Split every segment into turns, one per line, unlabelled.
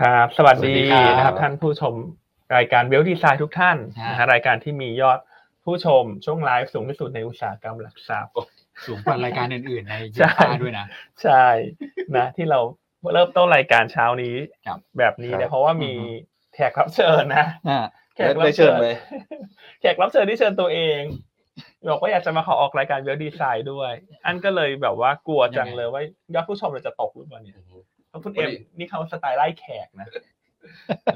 ครับ สวัสดี
สวัสดีครับ
นะครับท่านผู้ชมรายการเวลดีไซน์ทุกท่าน
ฮะ
นะฮะรายการที่มียอดผู้ชมช่วงไลฟ์สูงที่สุดในอุตสาหกรรมหลักทรัพย์
สูงกว่ารายการอื่นๆในยู
ใช่
ฟ่าด้วยนะ
ใช่ นะ ที่เราเริ่มต้นรายการเช้านี้
ครับ
แบบนี้เนี่ย
ครับ
เพราะว่ามีแขกรับเชิญนะ
อ่า
แขกรั
ได้เชิญไหม
แขกรับเชิญที่เชิญตัวเองบอกว่าอยากจะมาขอออกรายการเวลดีไซน์ด้วย อันก็เลยแบบว่ากลัวจัง
ยังไง
เลยว่ายอดผู้ชมเราจะตกหรือเปล่าเนี่ยเพราะคุณเอ็ม
วันนี้
นี่เขาสไตล์ไล่แขกนะ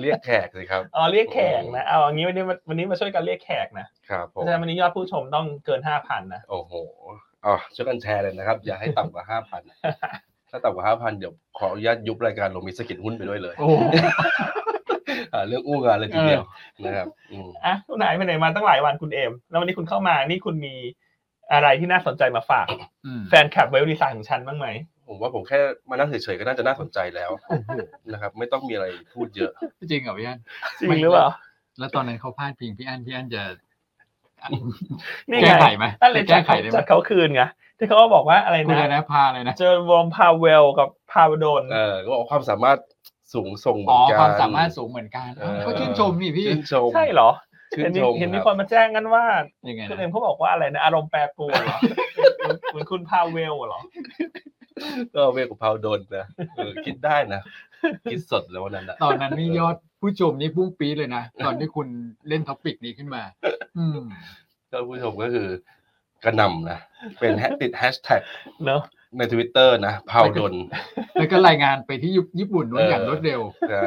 เรียกแขกสิครับ
อ๋อเรียกแขกนะเอาอย่างนี้วันนี้มาวันนี้มาช่วยกันเรียกแขกนะครับ เพ
ผม
ราะฉะนั้นวันนี้ยอดผู้ชมต้องเกินห้าพันนะ
โอ้โหอ๋อช่วยกันแชร์เลยนะครับ อย่าให้ต่ำกว่าห้าพันถ้าต่ำกว่าห้าพันเดี๋ยวขออนุญาตยุบรายการลงมีสกิจหุ้นไปด้วยเลย
โอ้โห
อ่าเรื่องอู้งานเลยทีเดียวนะครับอืม
อ่ะคุณไหนายไปไหนมาตั้งหลายวันคุณเอม แล้ววันนี้คุณเข้ามานี่คุณมีอะไรที่น่าสนใจมาฝาก
อืม
แฟนคลับเวลดีไซน์ของฉันบ้างไหม
ผมว่าผมแค่มานั่งเฉยๆก็น่าจะน่าสนใจแล้ว
โอ้โห
นะครับ ไม่ต้องมีอะไรพูดเยอะ
จริงเหรอพี่อัน
จริงหรือเปล่า
แล้วตอนนั้นเขาพลาดพิงพี่อันพี่อันจะ
นี่
แก้
ไง
ไขไหม
นั่นเลย
แก้ไขได้ไหม
จัดเขาคืนไงที่เขาบอกว่าอะไร
คุณ
นะ
อะไรนะพาเลยนะ
เจอวอมพาเวลกับพาวดน
เออก็บอกว่าความสามารถสูงส่งเหมื
อ๋อ
อนกัน
ความสามารถสูงเหมือนกัน
เออ
เขาชื่นชมนี่พี่
ชื่นชม
ใช่เหรอ
ชื่
เห็
น
น
ช
มี
ม
เห็นมี
ค
ครับ นมาแจ้งกันว่า
ยังไง
คุณ
นะ
เอมเขาบอกว่าอะไรนะอารมณ์แปรปรวนเหรอเหมือนคุณพาเวลเหรอ
ก็เวกับพาวดนนะเออคิดได้นะ คิดสดแล้ววันนั้นนะ
ตอนนั้นนี่ยอดผู้ชมนี่พุ่งปี๊ดเลยนะ ตอนที่คุณเล่นท็อปิกนี้ขึ้นมา อืม
ท่านผู้ชมก็คือกระหนำนะ เป็นแฮชติดแฮชแท็ก
เนอะ
ในทวิตเตอร์นะพาวด น
แล้วก็รายงานไปที่ญี่ปุ่นนู้น
เอออ
อย่างรวดเร็ว
ใช่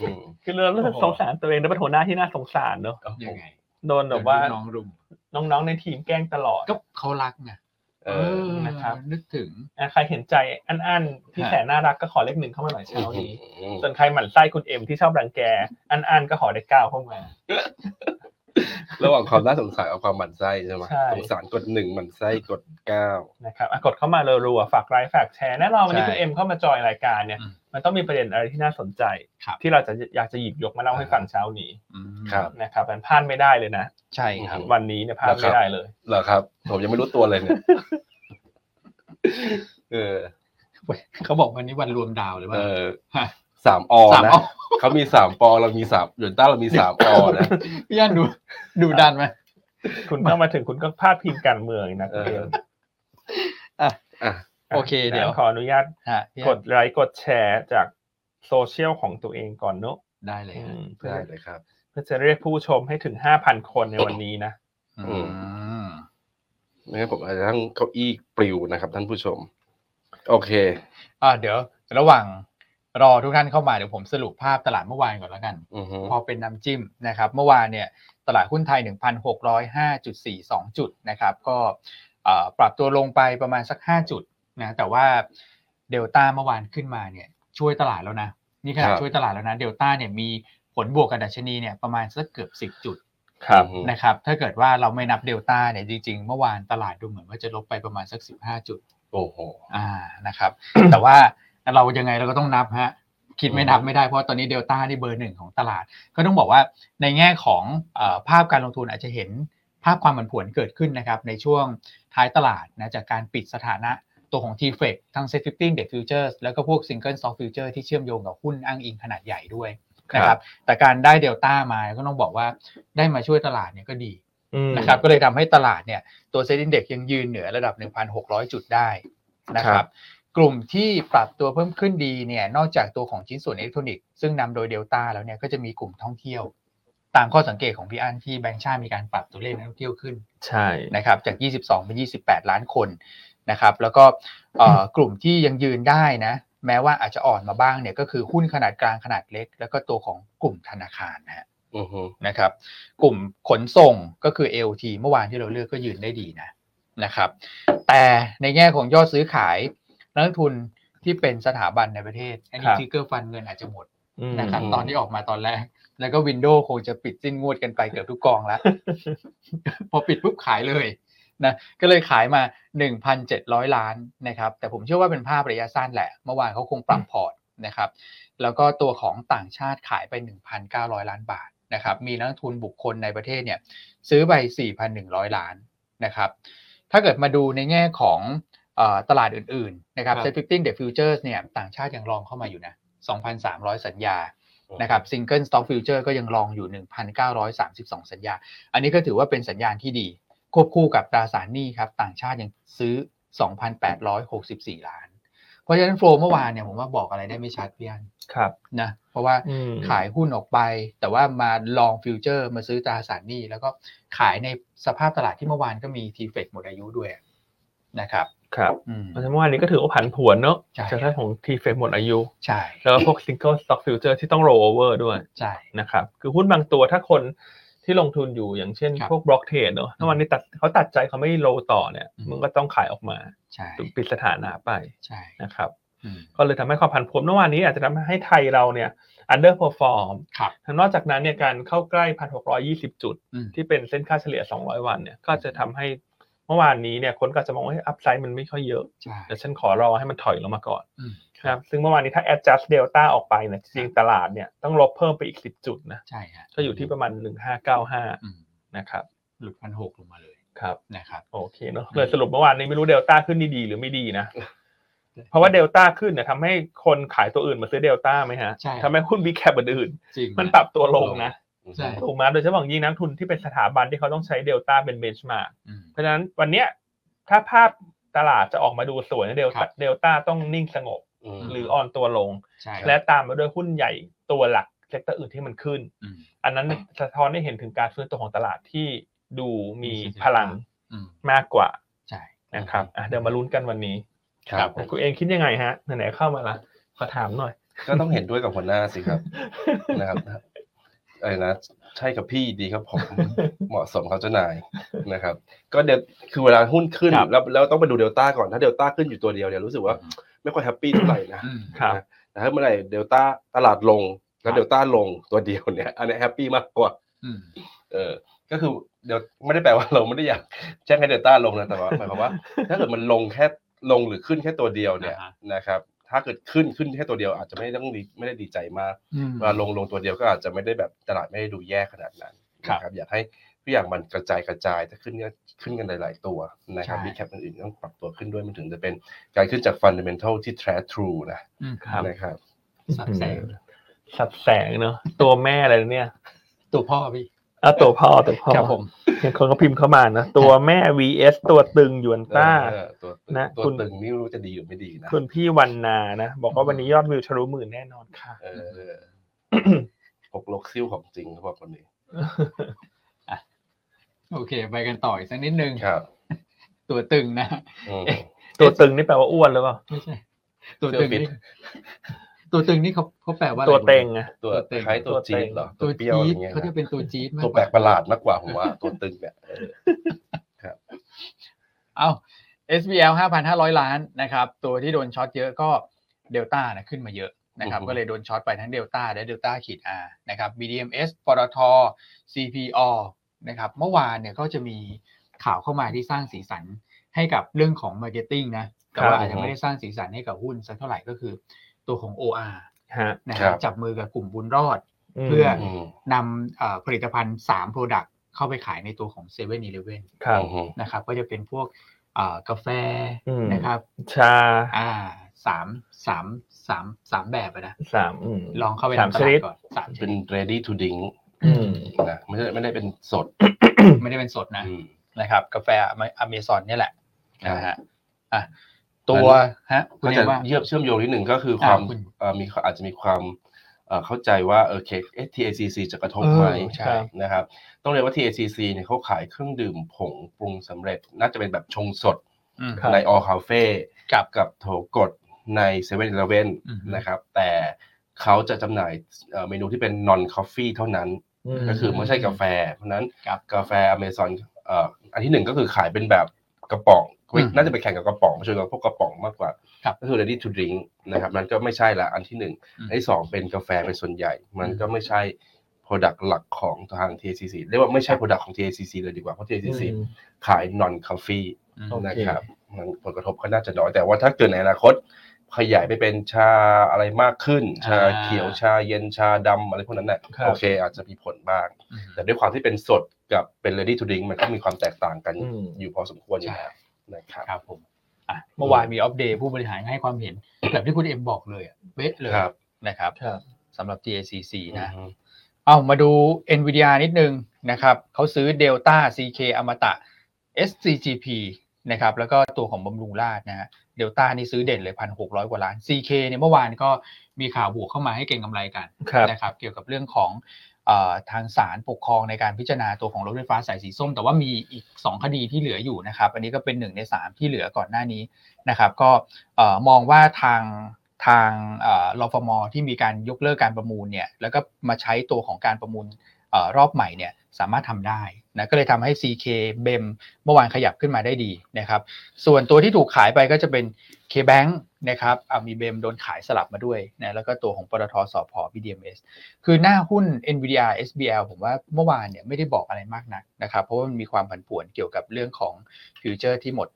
อืม
คือเราเริ่ม
โอ้โห
สงสารตัวเองแล้วเป็นหัวหน้าที่น่าสงสารเนอะ
ครับผ
ยัง
ม
ไง
โดนแบบว่า
โดนลูกน้องรุม
น้องๆในทีมแกล้งตลอด
ก็เขารักไง
เออ
นะครับ
นึกถึง
อ่ะใครเห็นใจอันๆที่
ฮะ
แสนน่ารักก็ขอเลขหนึ่งเข้ามาหน่อยเช้านี้ ส่วนใครหมั่นไส้คุณเอ็มที่ชอบรังแก อันๆก็ขอเลขเก้าเข้ามา
ระหว่างความน่าสงสารกับความหมั่นไส้ใช่ไหม
ใช่
สงสารกดหนึ่งหมั่นไส้กดเก้า
นะครับอ่ะกดเข้ามารัวๆฝากไลค์ฝากแชร์แน่นอนวันนี้
ใช่
คุณเอ็มเข้ามาจอยรายการเนี่ย
อืม
มันต้องมีประเด็นอะไรที่น่าสนใจ
ครับ
ที่เราจะอยากจะหยิบยกมาเล่าให้ฟังเช้านี้
อืม
ครับ
นะครับมันพลาดไม่ได้เลยนะ
ใช่ครับ
วันนี้เนี่ยพลาดไม่ได้เลย
เหรอครับ ผมยังไม่รู้ตัวเลยเนี่ย เออ
เขาบอกวันนี้วันรวมดาวหรือว่า
เออสามอ
สาม
นะ
อ๋อ
เขามีสามปอเรามีสามหยวนต้าเรามีสามอ นะ
พี่อันดูดูดันไหม
คุณเข้ามาถึงคุณก็พลาดพิงการเมืองนะ
เอ
คุณเอ็
อ
ม
อ่ะ
อ่ะ
โอเคเดี๋ยว
ขออนุญาต
ฮะพี่อัน
กดไลค์กดแชร์จากโซเชียลของตัวเองก่อนเนอะ
ได้เลยฮะ
อืมเพื่อ
ได้เลยครับ
เพื่อจะเรียกผู้ชมให้ถึงห้าพันคนในวันนี้นะ
อืม
อืม
ไม่งั้นผมอาจจะทั้งเก้าอี้ปลิวนะครับ ท่านผู้ชม โอเค
อ่าเดี๋ยว ระหว่างรอทุกท่านเข้ามาเดี๋ยวผมสรุปภาพตลาดเมื่อวานก่อนแล้วกัน
อือฮึ
พอเป็นน้ำจิ้มนะครับ เมื่อวานเนี่ยตลาดหุ้นไทย 1,605.42 จุดนะครับก็เอ่อปรับตัวลงไปประมาณสัก 5 จุดนะแต่ว่าเดลต้าเมื่อวานขึ้นมาเนี่ยช่วยตลาดแล้วนะ นี่ขนาด
ครับ
ช่วยตลาดแล้วนะเดลต้าเนี่ยมีผลบวกกับดัชนีเนี่ยประมาณสักเกือบ 10 จุด
ครับ
อืม
นะครับถ้าเกิดว่าเราไม่นับเดลต้าเนี่ยจริงๆ เมื่อวานตลาดดูเหมือนว่าจะลบไปประมาณสัก 15 จุด
โอ้โห
อ่านะครับ แต่ว่าเรายังไงเราก็ต้องนับฮะคิดไม่นับไม่ได้เพราะตอนนี้เดลต้านี่เบอร์หนึ่งของตลาด ก็ต้องบอกว่าในแง่ของเอ่อภาพการลงทุนอาจจะเห็นภาพความผันผวนเกิดขึ้นนะครับในช่วงท้ายตลาดนะจากการปิดสถานะตัวของ t f e ทั้ง Set 15 Day Futures แล้วก็พวก Single Stock Future ที่เชื่อมโยงกับหุ้นอ้างอิงขนาดใหญ่ด้วยนะครับแต่การได้เดลต้ามาก็ต้องบอกว่าได้มาช่วยตลาดเนี่ยก็ดี นะครับก็เลยทำให้ตลาดเนี่ยตัวเซ็นดินเด็กยังยืนเหนือระดับ 1,600 จุดได้นะ
ค
ค
รั
รับบ กลุ่มที่ปรับตัวเพิ่มขึ้นดีเนี่ยนอกจากตัวของชิ้นส่วนอิเล็กทรอนิกส์ซึ่งนำโดยเดลต้าแล้วเนี่ยก็จะมีกลุ่มท่องเที่ยว ตามข้อสังเกตของพี่อันที่แบงก์ชาติมีการปรับตัวเลขนักท่องเที่ยวขึ้น
ใช่
นะครับจาก 22 เป็น 28 ล้านคนนะครับแล้วก็เอ่อกลุ่มที่ยังยืนได้นะแม้ว่าอาจจะอ่อนมาบ้างเนี่ยก็คือหุ้นขนาดกลางขนาดเล็ก แล้วก็ตัวของกลุ่มธนาคารนะฮะ
อือฮึ
นะครับกลุ่มขนส่งก็คือ AOT เมื่อวานที่เราเลือกก็ยืนได้ดีนะนะครับแต่ในแง่ของยอดซื้อขายนักลงทุนที่เป็นสถาบันในประเทศ อันนี้ทิกเกอร์ฟันเงินอาจจะหมด
อืม
นะครับตอนที่ออกมาตอนแรก แล้วก็วินโดว์คงจะปิดสิ้นงวดกันไปเกือบทุกกองแล้ว พอปิดปุ๊บขายเลยนะก็เลยขายมา 1,700 ล้านนะครับแต่ผมเชื่อว่าเป็นภาพระยะสั้นแหละ เมื่อวานเขาคงปรับพอร์ตนะครับ แล้วก็ตัวของต่างชาติขายไป 1,900 ล้านบาทนะครับ มีนักทุนบุคคลในประเทศเนี่ยซื้อไป 4,100 ล้านนะครับ ถ้าเกิดมาดูในแง่ของเออตลาดอื่นๆนะครับ Set 15 The Futures เนี่ยต่างชาติยังรองเข้ามาอยู่นะ 2,300 สัญญา นะครับซิงเกิลสต็อกฟิวเจอร์ก็ยังรองอยู่ 1,932 สัญญา อันนี้ก็ถือว่าเป็นสัญญาณที่ดี ควบคู่กับตราสารหนี้ครับ ต่างชาติยังซื้อ 2,864 ล้าน เพราะฉะนั้นโฟลเมื่อวานเนี่ยผมว่าบอกอะไรได้ไม่ชัดพี่อัน
ครับ
นะ เพราะว่า
อืม
ขายหุ้นออกไป แต่ว่ามาลองฟิวเจอร์มาซื้อตราสารหนี้ แล้วก็ขายในสภาพตลาดที่เมื่อวานก็มีทีเฟดหมดอายุด้วยนะครับ
ครับ
อืม
เพราะฉะนั้นเมื่อวานนี้ก็ถือว่าผันผวนเนอะ
ใช่
จากท่านของทีเฟหมดอายุ
ใช่
แล้วก็พวกซิงเกิลสต็อกฟิวเจอร์ที่ต้องโรเวอร์ด้วย
ใช่
นะครับคือหุ้นบางตัวถ้าคนที่ลงทุนอยู่อย่างเช่น
ครับ
พวกบล็อกเทรดเนอะถ้าวันนี้ตัดเขาตัดใจเขาไม่โลต่อเนี่ย
อืม
มันก็ต้องขายออกมา
ใช่
ถูกปิดสถานะไป
ใช่
นะครับ
อืม
ก็เลยทำให้ความผันผวนเมื่อวานนี้อาจจะทำให้ไทยเราเนี่ย underperform
ครับ
นอกจากนั้นเนี่ยการเข้าใกล้ 1,620 จุด
อืม
ที่เป็นเส้นค่าเฉลี่ย 200 วันเนี่ยก็จะทำให้เมื่อวานนี้เนี่ยคนก็อาจจะมองว่าอัพไซด์มันไม่ค่อยเยอะ
ใช่
แต่ฉันขอรอให้มันถอยลงมาก่อน
อืม
นะครับซึ่งเมื่อวานนี้ถ้า adjust delta ออกไปเนี่ยจริงๆตลาดเนี่ยต้องลบเพิ่มไปอีก 10 จุดนะ
ใช่ฮะ
ก็อยู่ที่ประมาณ 1595
อืม
นะครับ
หลุดพันหกลงมาเลย
ครับ
นะครับ
โอเคเนอะเลยสรุปเมื่อวานนี้ไม่รู้เดลต้าขึ้นนี่ดีหรือไม่ดีนะ เพราะว่าเดลต้าขึ้นเนี่ยทำให้คนขายตัวอื่นมาซื้อเดลต้าไหมฮะ
ใช่
ทำให้หุ้นบิ๊กแคปอื่น
จริง
ๆมัน
นะ
ปรับตัวลงนะ
ใช่
ถูกไหมโดยเฉพาะอย่างยิ่งนักทุนที่เป็นสถาบันที่เขาต้องใช้เดลต้าเป็นเบนชมาร์ก
อืม
เพราะฉะนั้นวันเนี้ยถ้าภาพตลาดจะออกมาดูสวยเนี่ยเดล
ครั
ต้า
บ
เดลต้าต้องนิ่งสงบ
อืม
หรืออ่อนตัวลง
ใช่
และตามมาด้วยหุ้นใหญ่ตัวหลักเซกเตอร์อื่นที่มันขึ้น
อืม
อันนั้นสะท้อนให้เห็นถึงการฟื้นตัวของตลาดที่ดูมี
มีศักยภาพ
พลัง
อืม
มากกว่า
ใช่
นะครับอ่ะเดี๋ยวมาลุ้นกันวันนี้
ครับผม
คุณเองคิดยังไงฮะไหนๆเข้ามาละขอถามหน่อย
ก็ต้องเห็นด้วยกับหัวหน้าสิครับ นะครับไอ้นะใช่ครับพี่ดี ครับผม เหมาะสมเขาเจ้านายนะครับ ก็เดลคือเวลาหุ้นขึ้น
ครับ
แล้วแล้วต้องไปดูเดลต้าก่อนถ้าเดลต้าขึ้นอยู่ตัวเดียวเนี่ยรู้สึกว่าไม่ค่อยแฮปปี้เท่าไหร่นะ
อืม
ครับ
แต่ถ้าเมื่อไหร่เดลต้าตลาดลงแล้
ครั
ว
บ
เดลต้าลงตัวเดียวเนี่ย อันนี้แฮปปี้มากกว่า
อืม
เออ ก็คือเดี๋ยวไม่ได้แปลว่าเราไม่ได้อยากแจ้งให้เดลต้าลงนะแต่ว่าหมายความว่า ถ้าเกิดมันลงแค่ลงหรือขึ้นแค่ตัวเดียวเนี่ย
อ่าฮะ
นะครับ ถ้าเกิดขึ้นขึ้นแค่ตัวเดียวอาจจะไม่ต้องดีไม่ได้ดีใจมาก
อืม
เวลาลงลงตัวเดียวก็อาจจะไม่ได้แบบตลาดไม่ได้ดูแย่ขนาดนั้น
ครับ
นะครับ อยากให้ทุกอย่างมันกระจายกระจายถ้าขึ้นก็ขึ้นกันหลาย ๆ ตัวนะครับ
ใช่
บีแคปอื่นๆต้องปรับตัวขึ้นด้วยมันถึงจะเป็นการขึ้นจากฟันเดเมนทัลที่แท้ทรูนะ
อืม
ครับ
นะครับ
สับแสง
สับแสงเนอะตัวแม่อะไรเนี่ย
ตัวพ่อพี่
อ่ะตัวพ่อตัวพ่อ
ครับผม
เห็นคนก็พิมพ์เข้ามานะตัวแม่ vs ตัวตึงหยวนต้า
เออตัวตึง
นะ
ตัว
คุณ
ตึงนี่ไม่รู้จะดีหรือไม่ดีนะ
คุณพี่วันนานะ บอกว่าวันนี้ยอดวิวทะลุหมื่นแน่นอนค่ะ
เอ อหกลกซิ่วของจริงเขาบอกคนนี้
โอเค ไปกันต่ออีกสักนิดนึง
ครับ
ตัวตึงนะ
อืม
ตัวตึงนี่แปลว่าอ้วนหรือเปล่า
ไม่ใช่ ตัวตึง
เสื้อฟิ
นี่
ต
ตัวตึงนี่เขาเขาแปลว่าอะไร
ตัวเต็งไง
ตัว
ตัวเต็ง
คล้ายตัวจี๊ดเหรอ
ตั
ตัว วเปรี้ยวอ
จี๊ด
ย่างเงี้ย
เขาจะ
นะ
เป็นตัวจี๊ดมาก
ตัว
ก
แปล
ว่าก
ประหลาดมากกว่า ผมว่า ตัวตึงเนี่ยเออ
เอ้า SBL 5,500 ล้านนะครับ ตัวที่โดนช็อตเยอะก็เดลต้านะขึ้นมาเยอะนะครับ
อือฮึ
ก็เลยโดนช็อตไปทั้งเดลต้าและเดลต้าขีด R นะครับ BDMs ปตท CPO นะครับ เมื่อวานเนี่ยก็จะมีข่าวเข้ามาที่สร้างสีสันให้กับเรื่องของ Marketing นะ แต่
ครั
ว่า
บ
อาจจะไม่ได้สร้างสีสันให้กับหุ้นสักเท่าไหร่ก็คือตัวของ OR
ฮะ
นะค
ครั
รับบ จับมือกับกลุ่มบุญรอด
ม
เพื่อ
อืม
นำเอ่อผลิตภัณฑ์ 3 Product เข้าไปขายในตัวของ7 e เ e ่ e อ
ครับ
อืม
นะครับ ก็จะเป็นพวกเอ่อกาแฟ
อืม
นะครับ
ชา
อ่าสามสามสามสามแบบอะนะ
สามม
ลองเข้าไป
สาม
ทำต
ช
ลา
นิ
ด
ด
ก่อนสามช
เป็น
นิด
ready to drink
อืม
นะไม่ใช่ไม่ได้เป็นสด
ไม่ได้เป็นสดนะ
อืม
นะครับ กาแฟอเมซอนเนี่ยแหละ
ครับ
นะฮะอ่ะตัวฮะคุณ
ก็จะ
เอมว่า
เยือบเชื่อมโยงนิดหนึ่งก็คือความ
อ่าคุณ
เอ่อมีอาจจะมีความเอ่อเข้าใจว่าเออเคเอส TACC จะกระทบ
เอ
ไหม
อใช่
นะครับต้องเรียกว่า TACC เนี่ยเขาขายเครื่องดื่มผงปรุงสำเร็จ น่าจะเป็นแบบชงสด
อืม
ครับ
ในออคาเฟ่
ครับ
กับโถกดใน7 e เ e ่ e อเ
อืม
นะครับ แต่เขาจะจำหน่ายเอ่อเมนูที่เป็น non coffee เท่านั้น
ม
ก็คือไม่ใช่กาแฟ เพราะฉะนั้น
ครับ
กาแฟอเมซอนอันที่หนึ่งก็คือขายเป็นแบบกระป๋อง
อืม
น่าจะไปแข่งกับกระป๋องชวนกับพวกกระป๋องมากกว่า
ครับ
ก็คือ ready to drink นะครับมันก็ไม่ใช่ละอันที่หนึ่ง
อืม
อันที่สองเป็นกาแฟเป็นส่วนใหญ่ มันก็ไม่ใช่ Product หลักของทาง TACC เรียกว่าไม่ใช่ Product ของ TACC เลยดีกว่า เพราะ TACC ขาย non coffee
อืม
โอเค
นะครับมันผลกระทบก็น่าจะน้อย แต่ว่าถ้าเกิดในอนาคต ขยายไปเป็นชาอะไรมากขึ้น ชาเขียวชาเย็นชาดำอะไรพวกนั้นน่ะ
ครับ
โอเค อาจจะมีผลบ้าง
อืม
แต่ด้วยความที่เป็นสดกับเป็น ready to drink มันก็มีความแตกต่างกัน
อืม
อยู่พอสมควรอยู่
ใช่
แล้วนะครับ
ครับผมอ่ะเมื่อวานมีอัปเดตผู้บริหารให้ความเห็น แบบที่คุณเอ็มบอกเลยอะเบ๊ะเลย
ครับ
นะครับ
ครับ
สำหรับ GACC นะ
อืม
เอามาดู NVIDIA นิดนึงนะครับเขาซื้อ Delta CK อมตะ SCGP นะครับแล้วก็ตัวของบำรุงราชนะฮะเดลต้านี่ซื้อเด่นเลยพันหกร้อยกว่าล้าน CK เนี่ยเมื่อวานก็มีข่าวบวกเข้ามาให้เก่งกำไรกัน
ครับ
นะครับเกี่ยวกับเรื่องของเออทางศาลปกครองในการพิจารณาตัวของรถไฟฟ้าสายสีส้ม แต่ว่ามีอีก 2 คดีที่เหลืออยู่นะครับอันนี้ก็เป็นหนึ่งใน 3 ที่เหลือก่อนหน้านี้นะครับก็เอ่อมองว่าทางทางเอ่อรฟมที่มีการยกเลิกการประมูลเนี่ยแล้วก็มาใช้ตัวของการประมูล เอ่อรอบใหม่เนี่ยสามารถทำได้นะก็เลยทำให้ CK BEM เมื่อวานขยับขึ้นมาได้ดีนะครับส่วนตัวที่ถูกขายไปก็จะเป็น KBank นะครับอ่ะมี BEM โดนขายสลับมาด้วยนะแล้วก็ตัวของปตทสพ BDMs คือหน้าหุ้น NVDR SBL ผมว่าเมื่อวานเนี่ยไม่ได้บอกอะไรมากนักนะครับเพราะว่ามันมีความผันผวนเกี่ยวกับเรื่องของฟิวเจอร์ที่หมด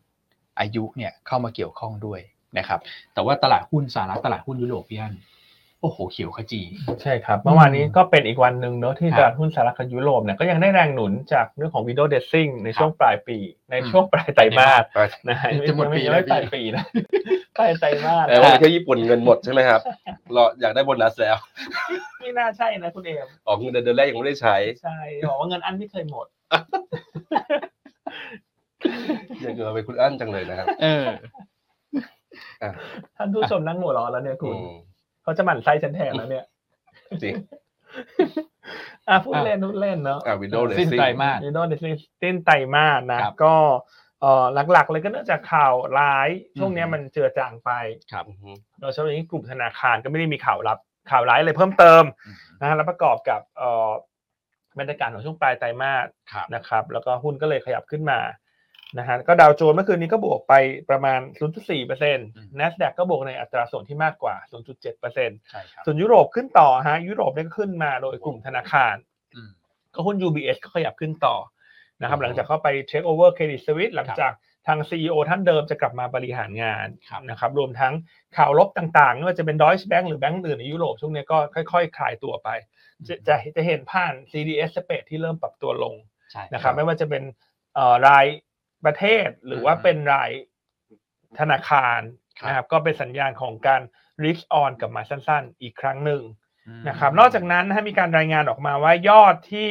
อายุเนี่ยเข้ามาเกี่ยวข้องด้วยนะครับแต่ว่าตลาดหุ้นสหรัฐตลาดหุ้นยุโรปพี่อันโอ้โหเขียวขจี
ใช่ครับ เมื่อวานนี้ก็เป็นอีกวันหนึ่งเนอะที่
ค
ต
รับ
ลาดหุ้นสหรัฐกับยุโรปเนี่ยก็ยังได้แรงหนุนจากเรื่องของ window dressing ในช่วงปลายปี ใน
อืม
ช่วงปลายไตรมาส
ปลาย
นะฮะ
จะหมดปี
ยังไม่
แล้วพี่
ปลายปีนะ ปลายไตรมาส
แต่ว่าประเที่ญี่ปุ่นเงินหมดใช่ไหม ครับเราอยากได้โบนัสแล้ว
ไม่น่าใช่นะคุณเอม
ออกเงินเดือนเดือนแรกยังไม่ได้ใช้
ใช่บอกว่าเงินอันไม่เคยหมด
อย่างเงินไปคุณอั้นจังเลยนะครับ
เออ
ท่านผู้ชมนั่งหัวเร้อนแล้วเนี่ยคุ
อื
ณ
ม
เขาจะหมั่นไส้ฉันแทนแล้วเนี่ย
จริง
อ่ะพูดเล่นพูดเล่นเนาะ
อ่าวินโดว์เล
สิ้น
ซิ่ง
ไตรมาส
ยูโดนเดซิตินไตรมาสนะครับ ก็เอ่อหลักๆเลยก็เนื่องจากข่าวร้าย ช่วงเนี้ย
อืม
มันเจือจางไป
อือฮึ
โดยเฉพาะอย่างยิ่งกลุ่มธนาคารก็ไม่ได้มีข่าวรับข่าวร้ายอะไรเพิ่มเติมนะฮะแล้วประกอบกับเอ่อบรรยากาศของช่วงปลายไตรมาส
ครับ
นะครับ แล้วก็หุ้นก็เลยขยับขึ้นมานะฮะก็ดาวโจนส์เมื่อคืนนี้ก็บวกไปประมาณ 0.4% NASDAQ ก็บวกในอัตราส่วนที่มากกว่า 0.7%
ใช่ครับ
ส่วนยุโรปขึ้นต่อฮะยุโรปเนี่ยก็ขึ้นมาโดยกลุ่มธนาคาร
อืม
ก็หุ้น UBS ก็ขยับขึ้นต่อนะครับ
อืม
หลังจากเข้าไปเช็คโอเวอร์เครดิตสวิตหลังจากทาง CEO ท่านเดิมจะกลับมาบริหารงาน
ครับ
นะครับรวมทั้งข่าวลบต่างๆไม่ว่าจะเป็น Deutsche Bank หรือแบงก์อื่นในยุโรปช่วงนี้ก็ค่อยๆ คลายตัวไป จะจะจะเห็นผ่าน CDS สเปดที่เริ่มปรับตัวลง
ใช่
นะครับไม่ว่าจะเป็นเอ่อรายประเทศหรือว่าเป็นรายธนาคารนะครับก็เป็นสัญญาณของการ risk on กลับมาสั้นๆ อีกครั้งหนึ่ง นะครับนอกจากนั้นนะฮะมีการรายงานออกมาว่ายอดที่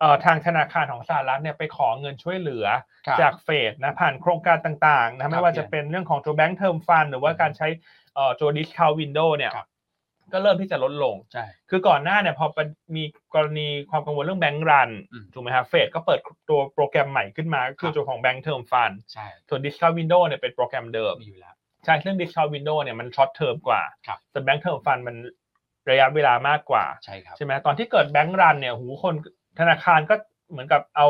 เอ่อทางธนาคารของสหรัฐเนี่ยไปขอเงินช่วยเหลือ
ครับ
จากเฟดนะผ่านโครงการต่างๆ
ครั
นะ
บ
ไม่ว่าจะเป็นเรื่องของตัวแบงค์เท r มฟันหรือว่าการใช้เอ่อตัวดิสคาววินโดเนี่ย
ครับ
ก็เริ่มที่จะลดลง
ใช่
คือก่อนหน้าเนี่ยพอมีกรณีความกังวลเรื่องแบงค์รัน
อืม
ถูกไหมครับเฟดก็เปิดตัวโปรแกรมใหม่ขึ้นมาก็คื
ครั
อบ ตัวของแบงค์เท r มฟัน
ใช่
ส่วนดิสคาววินโดเนี่ยเป็นโปรแกรมเดิม
มีอยู่แล้ว
ใช่เครื่องดิสคาววินโดเนี่ยมันช็อตเทอมกว่า
ครับ
แต่แบงค์เทอมฟันมันระยะเวลามากกว่า
ใช่ครับ
ใช่ไหมตอนที่เกิดแบงก์รันเนี่ยหูคนธนาคารก็เหมือนกับเอา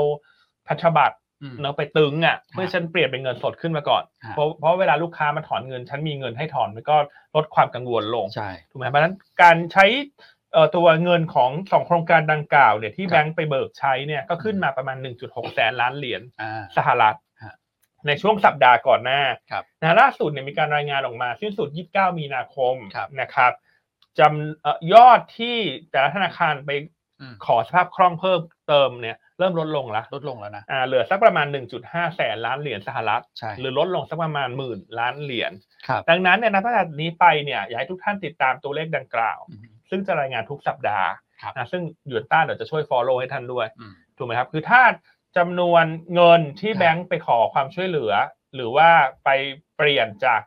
พันธบัตรเนาะไปตึงอ่ะเพื่อฉันเปลี่ยนเป็นเงินสดขึ้นมาก่อน
ฮะ
เพราะเพราะเวลาลูกค้ามาถอนเงิน ฉันมีเงินให้ถอนมันก็ลดความกังวลลง
ใช่
ถูกไหมเพราะฉะนั้นการใช้เอ่อตัวเงินของสองโครงการดังกล่าวเนี่ยที่
ครับ
แบงก์ไปเบิกใช้เนี่ยก็ขึ้นมาประมาณ 1.6 แสนล้านเหรียญ
อ่า
สหรัฐ
ฮะ
ในช่วงสัปดาห์ก่อนหน้า
ครับ
นะล่าสุดเนี่ยมีการรายงานออกมาสิ้นสุด 29 มีนาคม
ครับ
นะครับจำเอ่อยอดที่แต่ละธนาคารไป
อืม
ขอสภาพคล่องเพิ่มเติมเนี่ยเริ่มลดลงละ
ลดลงแล้วนะ
อ่าเหลือสักประมาณ 1.5 แสนล้านเหรียญสหรัฐ
ใช่
หรือลดลงสักประมาณหมื่นล้านเหรียญ
ครับ
ดังนั้นเนี่ยนับตั้งแต่นี้ไปเนี่ยอยากให้ทุกท่านติดตามตัวเลขดังกล่าว
อืม
ซึ่งจะรายงานทุกสัปดาห์
ครับ
นะซึ่งหยวนต้าเดี๋ยวจะช่วย follow ให้ท่านด้วย
อืม
ถูกไหมครับ คือถ้าจำนวนเงินที่
ครับ
แบงก์ไปขอความช่วยเหลือ หรือว่าไปเปลี่ยนจาก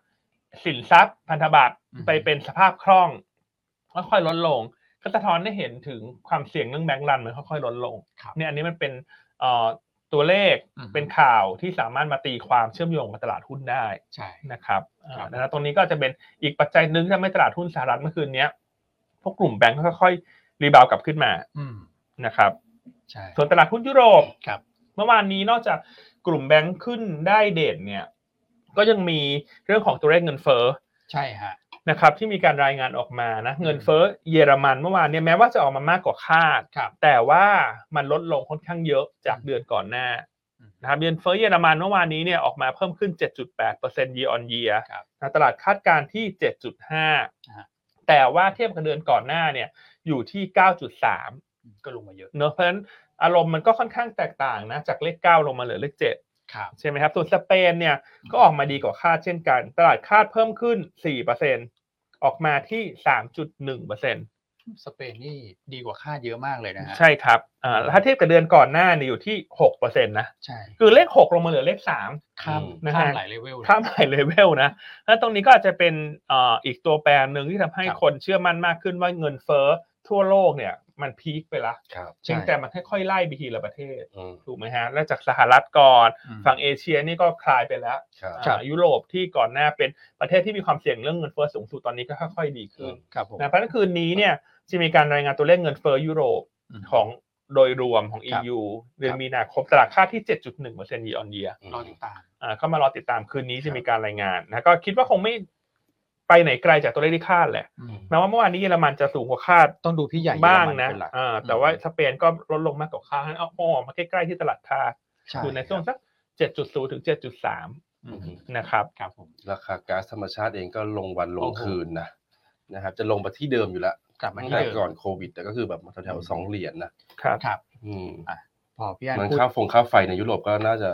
สินทรัพย์พันธบัตร
อืม
ไปเป็นสภาพคล่องค่อยๆลดลง ก็สะท้อนได้เห็นถึงความเสี่ยงเรื่องแบงก์รันมันค่อยๆลดลง
ครับ
เนี่ยอันนี้มันเป็นเอ่อตัวเลข
อืม
เป็นข่าวที่สามารถมาตีความเชื่อมโยงกับตลาดหุ้นได้
ใช่
นะครับเอ่อ
ครับ
นะตรงนี้ก็จะเป็นอีกปัจจัยหนึ่งที่ทำให้ตลาดหุ้นสหรัฐเมื่อคืนเนี้ยพวกกลุ่มแบงก์ก็ค่อยๆรีบาวกลับขึ้นมา
อืม
นะครับ
ใช่
ส่วนตลาดหุ้นยุโรป
ครับ
เมื่อวานนี้นอกจากกลุ่มแบงค์ขึ้นได้เด่นเนี่ยก็ยังมีเรื่องของตัวเลขเงินเฟ้อ
ใช่ฮะ
นะครับที่มีการรายงานออกมานะเงินเฟ้อเยอรมันเมื่อวานเนี่ยแม้ว่าจะออกมามากกว่าคาด
ครับ
แต่ว่ามันลดลงค่อนข้างเยอะจากเดือนก่อนหน้า
อืม
นะครับเงินเฟ้อเยอรมันเมื่อวานนี้เนี่ยออกมาเพิ่มขึ้น 7.8% year on year
ครับ
นะตลาดคาดการณ์ที่
ฮะ
7.5 แต่ว่าเทียบกับเดือนก่อนหน้าเนี่ยอยู่ที่ 9.3
ก็ลงมาเยอะ
เนอะเพราะฉะนั้นอารมณ์มันก็ค่อนข้างแตกต่างนะจากเลข 9 ลงมาเหลือเลข
ครับ
7 ใช่ไหมครับส่วนสเปนเนี่ยก็ออกมาดีกว่าคาดเช่นกัน ตลาดคาดเพิ่มขึ้น 4%น ออกมาที่ 3.1เปอร์เซ็นต
สเปนนี่ดีกว่าคาดเยอะมากเลยนะฮะ
ใช่ครับอ่าถ้าเทียบกับเดือนก่อนหน้าเนี่ยอยู่ที่หกเปอร์เซ็นต์นะ
ใช่
คือเลขหกลงมาเหลือเลขสาม
ข้าม
อืม
นะฮะ
ข้ามหลายเลเวลเลย
ข้ามหลายเลเวลนะ แล้วตรงนี้ก็อาจจะเป็นอ่าอีกตัวแปรหนึ่งที่ทำให้
ครับ
คนเชื่อมั่นมากขึ้นว่าเงินเฟ้อทั่วโลกเนี่ย มันพีคไปละ
ครับ
จริงแต่มันค่อยๆไล่ไปทีละประเทศ
อืม
ถูกไหมฮะ แล้วจากสหรัฐก่อน
อืม
ฝั่งเอเชียนี่ก็คลายไปแล้ว
ครับ
ครั
อ่า
บ
ยุโรปที่ก่อนหน้าเป็นประเทศที่มีความเสี่ยงเรื่องเงินเฟ้อสูงสุดตอนนี้ก็ค่อยๆดี
อื
ขึ้น
ม
ครับผม
นะเพราะฉะนั้นคืนนี้เนี่ยจะมีการรายงานตัวเลขเงินเฟ้อยุโรป
ม
ของโดยรวมของ
ครับ
EU เดือนมีนาคมตลาดคาดที่ 7.1% year on year
รอติดตาม
อ่าเข้ามารอติดตามคืนนี้จะมีการรายงานนะก็คิดว่าคงไม่ไปไหนไกลจากตัวเลขที่คาดแหละ
อืม
แม้ว่าเมื่อวานนี้เยอรมันจะสูงกว่าคาด
ต้องดูพี่ใหญ่
บ้างนะ
เยอรมัเป็หลัก
อ่าแต่
อืม
ว่าสเปนก็ลดลงมากกว่าคาดงั้นเอาออกมาใกล้ๆที่ตลาดคาด
ช่
อยู่ในช่วงสัก 7.0 ถึง 7.3
อืม
นะครับ
ครับผม
ราคาก๊าซธรรมชาติเองก็ลงวันลง
โอ้โห
คืนนะนะครับจะลงมาที่เดิมอยู่แล้ว
กลับมา
ตั้ง
ที่
แต่
เดิม
ก่อนโควิด แต่ก็คือแบบแถวๆสองเหรียญนะครับ
ครับ
อืม
พอพี่อัน
มัน
พูด
ค่าฟงค่าไฟในยุโรปก็น่า จะ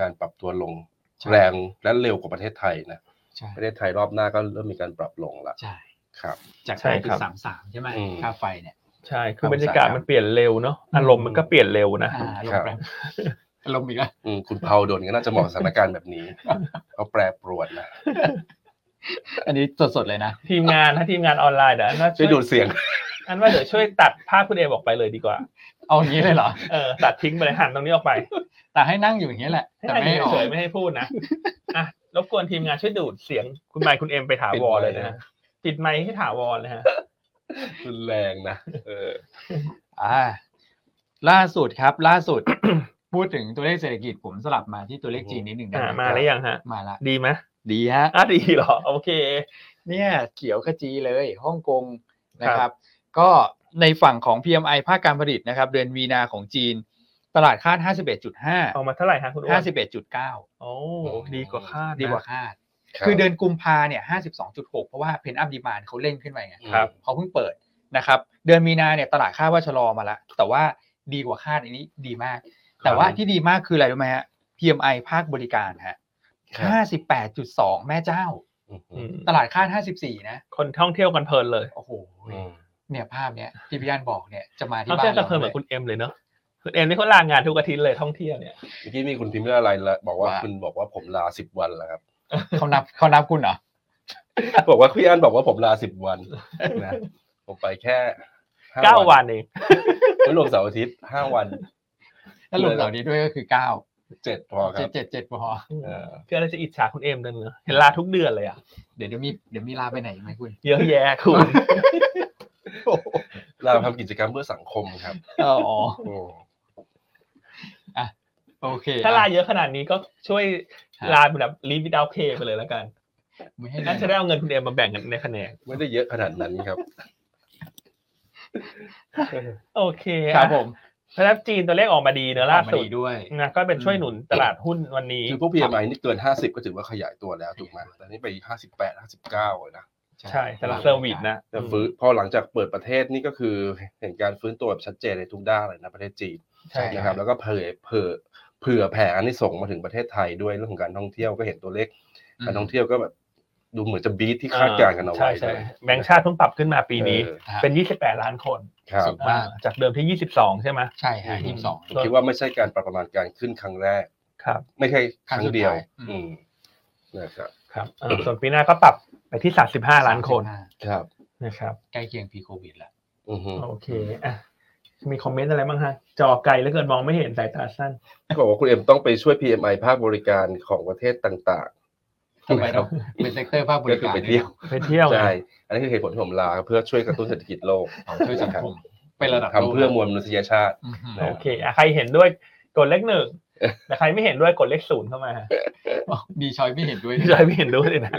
การปรับตัวลง
ใช่
แรงและเร็วกว่าประเทศไทยนะ
ใช่
ประเทศไทยรอบหน้าก็เริ่มมีการปรับลงละ
ใช่
ครับ
จาก
ใช่ครับ
สามสามใช่ไหม
อืม
ค่าไฟเนี่ย
ใช่คือบรรยากาศมันเปลี่ยนเร็วเนาะอารมณ์มันก็เปลี่ยนเร็วนะ
อ่าล
ครั
ม
บ
แปรลมอีกแล้ว
อืมคุณเผาโดนก็น่าจะเหมาะกับสถานการณ์แบบนี้ เขาแปรปรวนนะ
อันนี้สดๆเลยนะ
ทีมงานนะทีมงานออนไลน์เดี๋ยวอันว่า
ช่วยดูดเสียง
อันว่าเดี๋ยวช่วยตัดภาพคุณเอบอกไปเลยดีกว่า
เอาอย่างนี้เลยเหรอ
เออตัดทิ้งไปเลยหันตรงนี้ออกไป
แต่ให้นั่งอยู่อย่างนี้แหละ
ให้
แต่
อ่าน
ไม่ให้ออก
เฉยๆไม่ให้พูดนะอ่ะรบกวนทีมงานช่วยดูดเสียงคุณไมค์คุณเอ็มไปถาวรเลยนะฮะปิดไมค์ให้ถาวรเลยฮะ
รุนแรงนะเออ
อ่า ล่าสุดครับ ล่าสุด พูดถึงตัวเลขเศรษฐกิจผมสลับมาที่ตัวเลขจีนนิดหนึ่งได้
อ่ะ
ไหม
มาแล้วยังฮะ
มาละ
ดีไหม
ดีฮะ
อ่ะดีเหรอโอเค
เนี่ยเขียวขจีเลยฮ่องกงนะค
ครั
รับ
บ
ก็ในฝั่งของ PMI ภาคการผลิตนะครับ เดือนมีนาของจีน ตลาดคาด
เอามาเท่าไหร่ฮะคุณอ้วน
51.5
โอ้ดีกว่าคาด
51.9
นะ
ดีกว่าคาด คือเดือนกุมภาเนี่ย 52.6 เพราะว่าเพนอัพดีมานเขาเร่งขึ้นไปไง
ครับ
เขาเพิ่งเปิดนะครับ เดือนมีนาเนี่ยตลาดคาดว่าชะลอมาละแต่ว่าดีกว่าคาดอันนี้ดีมาก แต่ว่าที่ดีมากคืออะไรรู้ไหมฮะ PMI ภาคบริการฮะ
ครับ
58.2 แม่เจ้า
อืม
อืม
ตลาดคาด 54 นะ
คนท่องเที่ยวกันเพลินเลย
โอ้โห
อืม
เนี่ยภาพเนี้ยที่พี่อันบอกเนี่ยจะมาที่
ท่อง
บ้า
เที่ยวน กัน
เรา
เพลินเหมือน
ด้
คุ
วย
ณเอ็มเลยเนาะคุณเอ็มนี่เขาลางานทุกอาทิตย์เลยท่องเที่ยวเนี่ย
เมื่อกี้มีคุณพิมพ์เรื่องอะไรละบอกว่า
ว่า
คุณบอกว่าผมลาสิบวันแล้วครับ
เขานับเขานับคุณเหรอ
บอกว่าพี่อันบอกว่าผมลาสิบวันนะผมไปแค่ห้
เก้าวันเอง
ไม่รวมเสาร์อาทิตย์ห้าวัน
ถ้ารวมเหล่านี้ด้วยก็คือเก้า
เจ็ดพอค
เจ็
รั
ด
บ
เจ็ดเจ็ดพอ
เออ
เพื่อเราจะอิจฉาคุณเอ็มเดินเนอะเห็นลาทุกเดือนเลยอ่ะ
เดี๋ยวเดี๋ยวมีเดี๋ยวมีลาไปไหนอีกไหมคุณ
เยอะแยะคุณ
ลาทำกิจกรรมเพื่อสังคมครับ
อ๋อ
โอ้
โอเค
ถ้าลาเยอะขนาดนี้ก็ช่วย
ฮะ
ลาเป็นแบบ leave without pay ไปเลยแล้วกัน
ไม่ให้
นั่นจะได้เอาเงินคุณเอ็มมาแบ่งกันในคะแนน
ไม่ได้เยอะขนาดนั้นครับ
โอเค
ครับผ
อ่ะ
ม
เพราะฉะนั้นจีนตัวเลขออกมาดีเนอะล่า
ออกม
สุด
ดีด้วย
นะก็เป็นช่วยหนุนตลาดหุ้นวันนี้
คือพวกพีเอ็มไอนี่เกินห้าสิบก็ถือว่าขยายตัวแล้วถูกไหมแต่นี่ไปห้าสิบแปดห้าสิบเก้าเลยนะ
ใช่ตลาดเซอร์วิสนะ
แต่ฟื้นพอหลังจากเปิดประเทศนี่ก็คือเห็นการฟื้นตัวแบบชัดเจนในทุกด้านเลยนะประเทศจีน
ใช่
นะ
ค
ครั
รั
บ บแล้วก็เผยเผยเผื่อแผ่อันนี้ส่งมาถึงประเทศไทยด้วยเรื่องของการท่องเที่ยวก็เห็นตัวเลขการท่องเที่ยวก็แบบดูเหมือนจะบีทที่คาดการณ์กันเอาไว้
ใช่ใช่
นะ
แบงก์ชาติเพิ่งปรับขึ้นมาปีนี้
เออ
เป็น 28 ล้านคน
ครับ
สูง มาก
อ่าจากเดิมที่ 22 ใช่ไหม
ใช่ฮะยี่
ม
สิบสอง
ผมคิดว่าไม่ใช่การปรับประมาณการขึ้นครั้งแรก
ครับ
ไม่ใช่ครั้งเดียว
ครั้งสุดท้าย
อืมนะครับ
ครับเออส่วนปีหน้าก็ปรับไปที่ 35 ล้านคน
ครับ
นะครับ
ใกล้เคียง pre covid แล้ว
อือฮึ
โอเคอ่ะมีคอมเมนต์อะไรบ้างฮะจอไกลแล้วเกินมองไม่เห็นสายตาสั้น
เขาบอกว่าคุณเอ็มต้องไปช่วย PMI ภาคบริการของประเทศต่างๆ
ทำไมต้อง เป็นเซกเตอร์ภาคบ
ก็
ริ
คือ
การ
ไปเที่ยว
ไปเที่ยวไง
ใช่อันนี้คือเหตุผลที่ผมลาเพื่อช่วยกระตุ้นเศรษฐกิจโลก
ของช่วยสังคมเป็นระดับโลก
ทำเพื่อมวลมนุษยชาติ
อือฮึ
นะ
โอเคอ่ะใครเห็นด้วยกดเลขหนึ่งแต่ใครไม่เห็นด้วยกดเลขศูนย์เข้ามา
มีช้อยไม่เห็นด้วย
พี่ชายไม่เห็นด้วยเลยนะ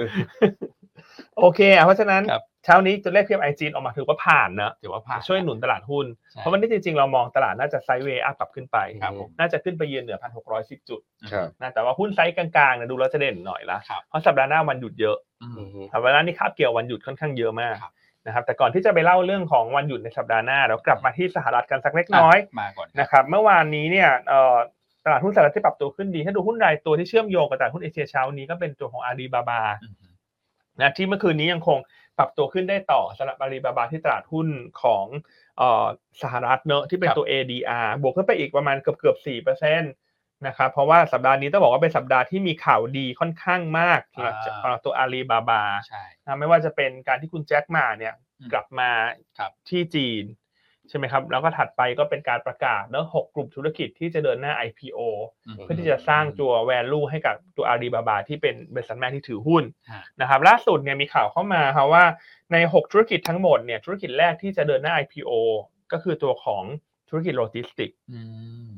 โอเคอ่ะเพราะฉะนั้น
ครับ
เช้านี้ตัวเลข PMI จีนออกมาถือว่าผ่านนะ
ถือว่าผ่าน
ช่วยหนุนตลาดหุ้น
ใช่
เพราะวันนี้จริงๆ เรามองตลาดน่าจะไซด์เวย์อัพกลับขึ้นไป
ครับผม
น่าจะขึ้นไปยืนเหนือ 1,610 จุด
ครับ
นะแต่ว่าหุ้นไซส์กลางๆเนี่ยดูแล้วจะเด่นหน่อยละ
ครับ
เพราะสัปดาห์หน้าวันหยุดเยอะ
อื
อื
ม
อฮึ
สัปดาห์หน้านี่คาบเกี่ยววันหยุดค่อนข้างเยอะมาก
ครับ
นะครับแต่ก่อนที่จะไปเล่าเรื่องของวันหยุดในสัปดาห์หน้าเรากลับมาที่สหรัฐกันสักเล็กน้อย
มาก่อน
นะครับเมื่อวานนี้เนี่ยเอ่อตลาดหุ้นสหรัฐที่ปรับตัวขึ้นดี ถ้าดูหุ้นรายตัวที่เชื่อมโยงกับตลาดหุ้นเอเชียเช้านี้ก็เป็นตัวของอาลีบาบา
อือฮึ
นะที่เมื่อคืนนี้ยังคง ปรับตัวขึ้นได้ต่อสำหรับอาลีบาบาที่ตลาดหุ้นของเอ่อสหรัฐเนอะที่เป็นตัว ADR บวกขึ้นไปอีกประมาณเกือบเกือบสี่เปอร์เซ็นต์นะครับเพราะว่าสัปดาห์นี้ต้องบอกว่าเป็นสัปดาห์ที่มีข่าวดีค่อนข้างมากสำหรับ
อ่า
สำหรับตัวอาลีบาบา
ใช่
นะไม่ว่าจะเป็นการที่คุณแจ็คหมาเนี่ย
อืม
กลับมา
ครับ
ที่จีน ใช่ไหมครับ แล้วก็ถัดไปก็เป็นการประกาศเรื่องหกกลุ่มธุรกิจที่จะเดินหน้า IPO
อืม
เพื่อที่จะสร้างตัว value ให้กับตัวอาลีบาบาที่เป็นบริษัทแม่ที่ถือหุ้น
ฮะ
นะครับล่าสุดเนี่ยมีข่าวเข้ามาครับว่าใน 6 ธุรกิจทั้งหมดเนี่ยธุรกิจแรกที่จะเดินหน้า IPO ก็คือตัวของธุรกิจโลจิสติก
อืม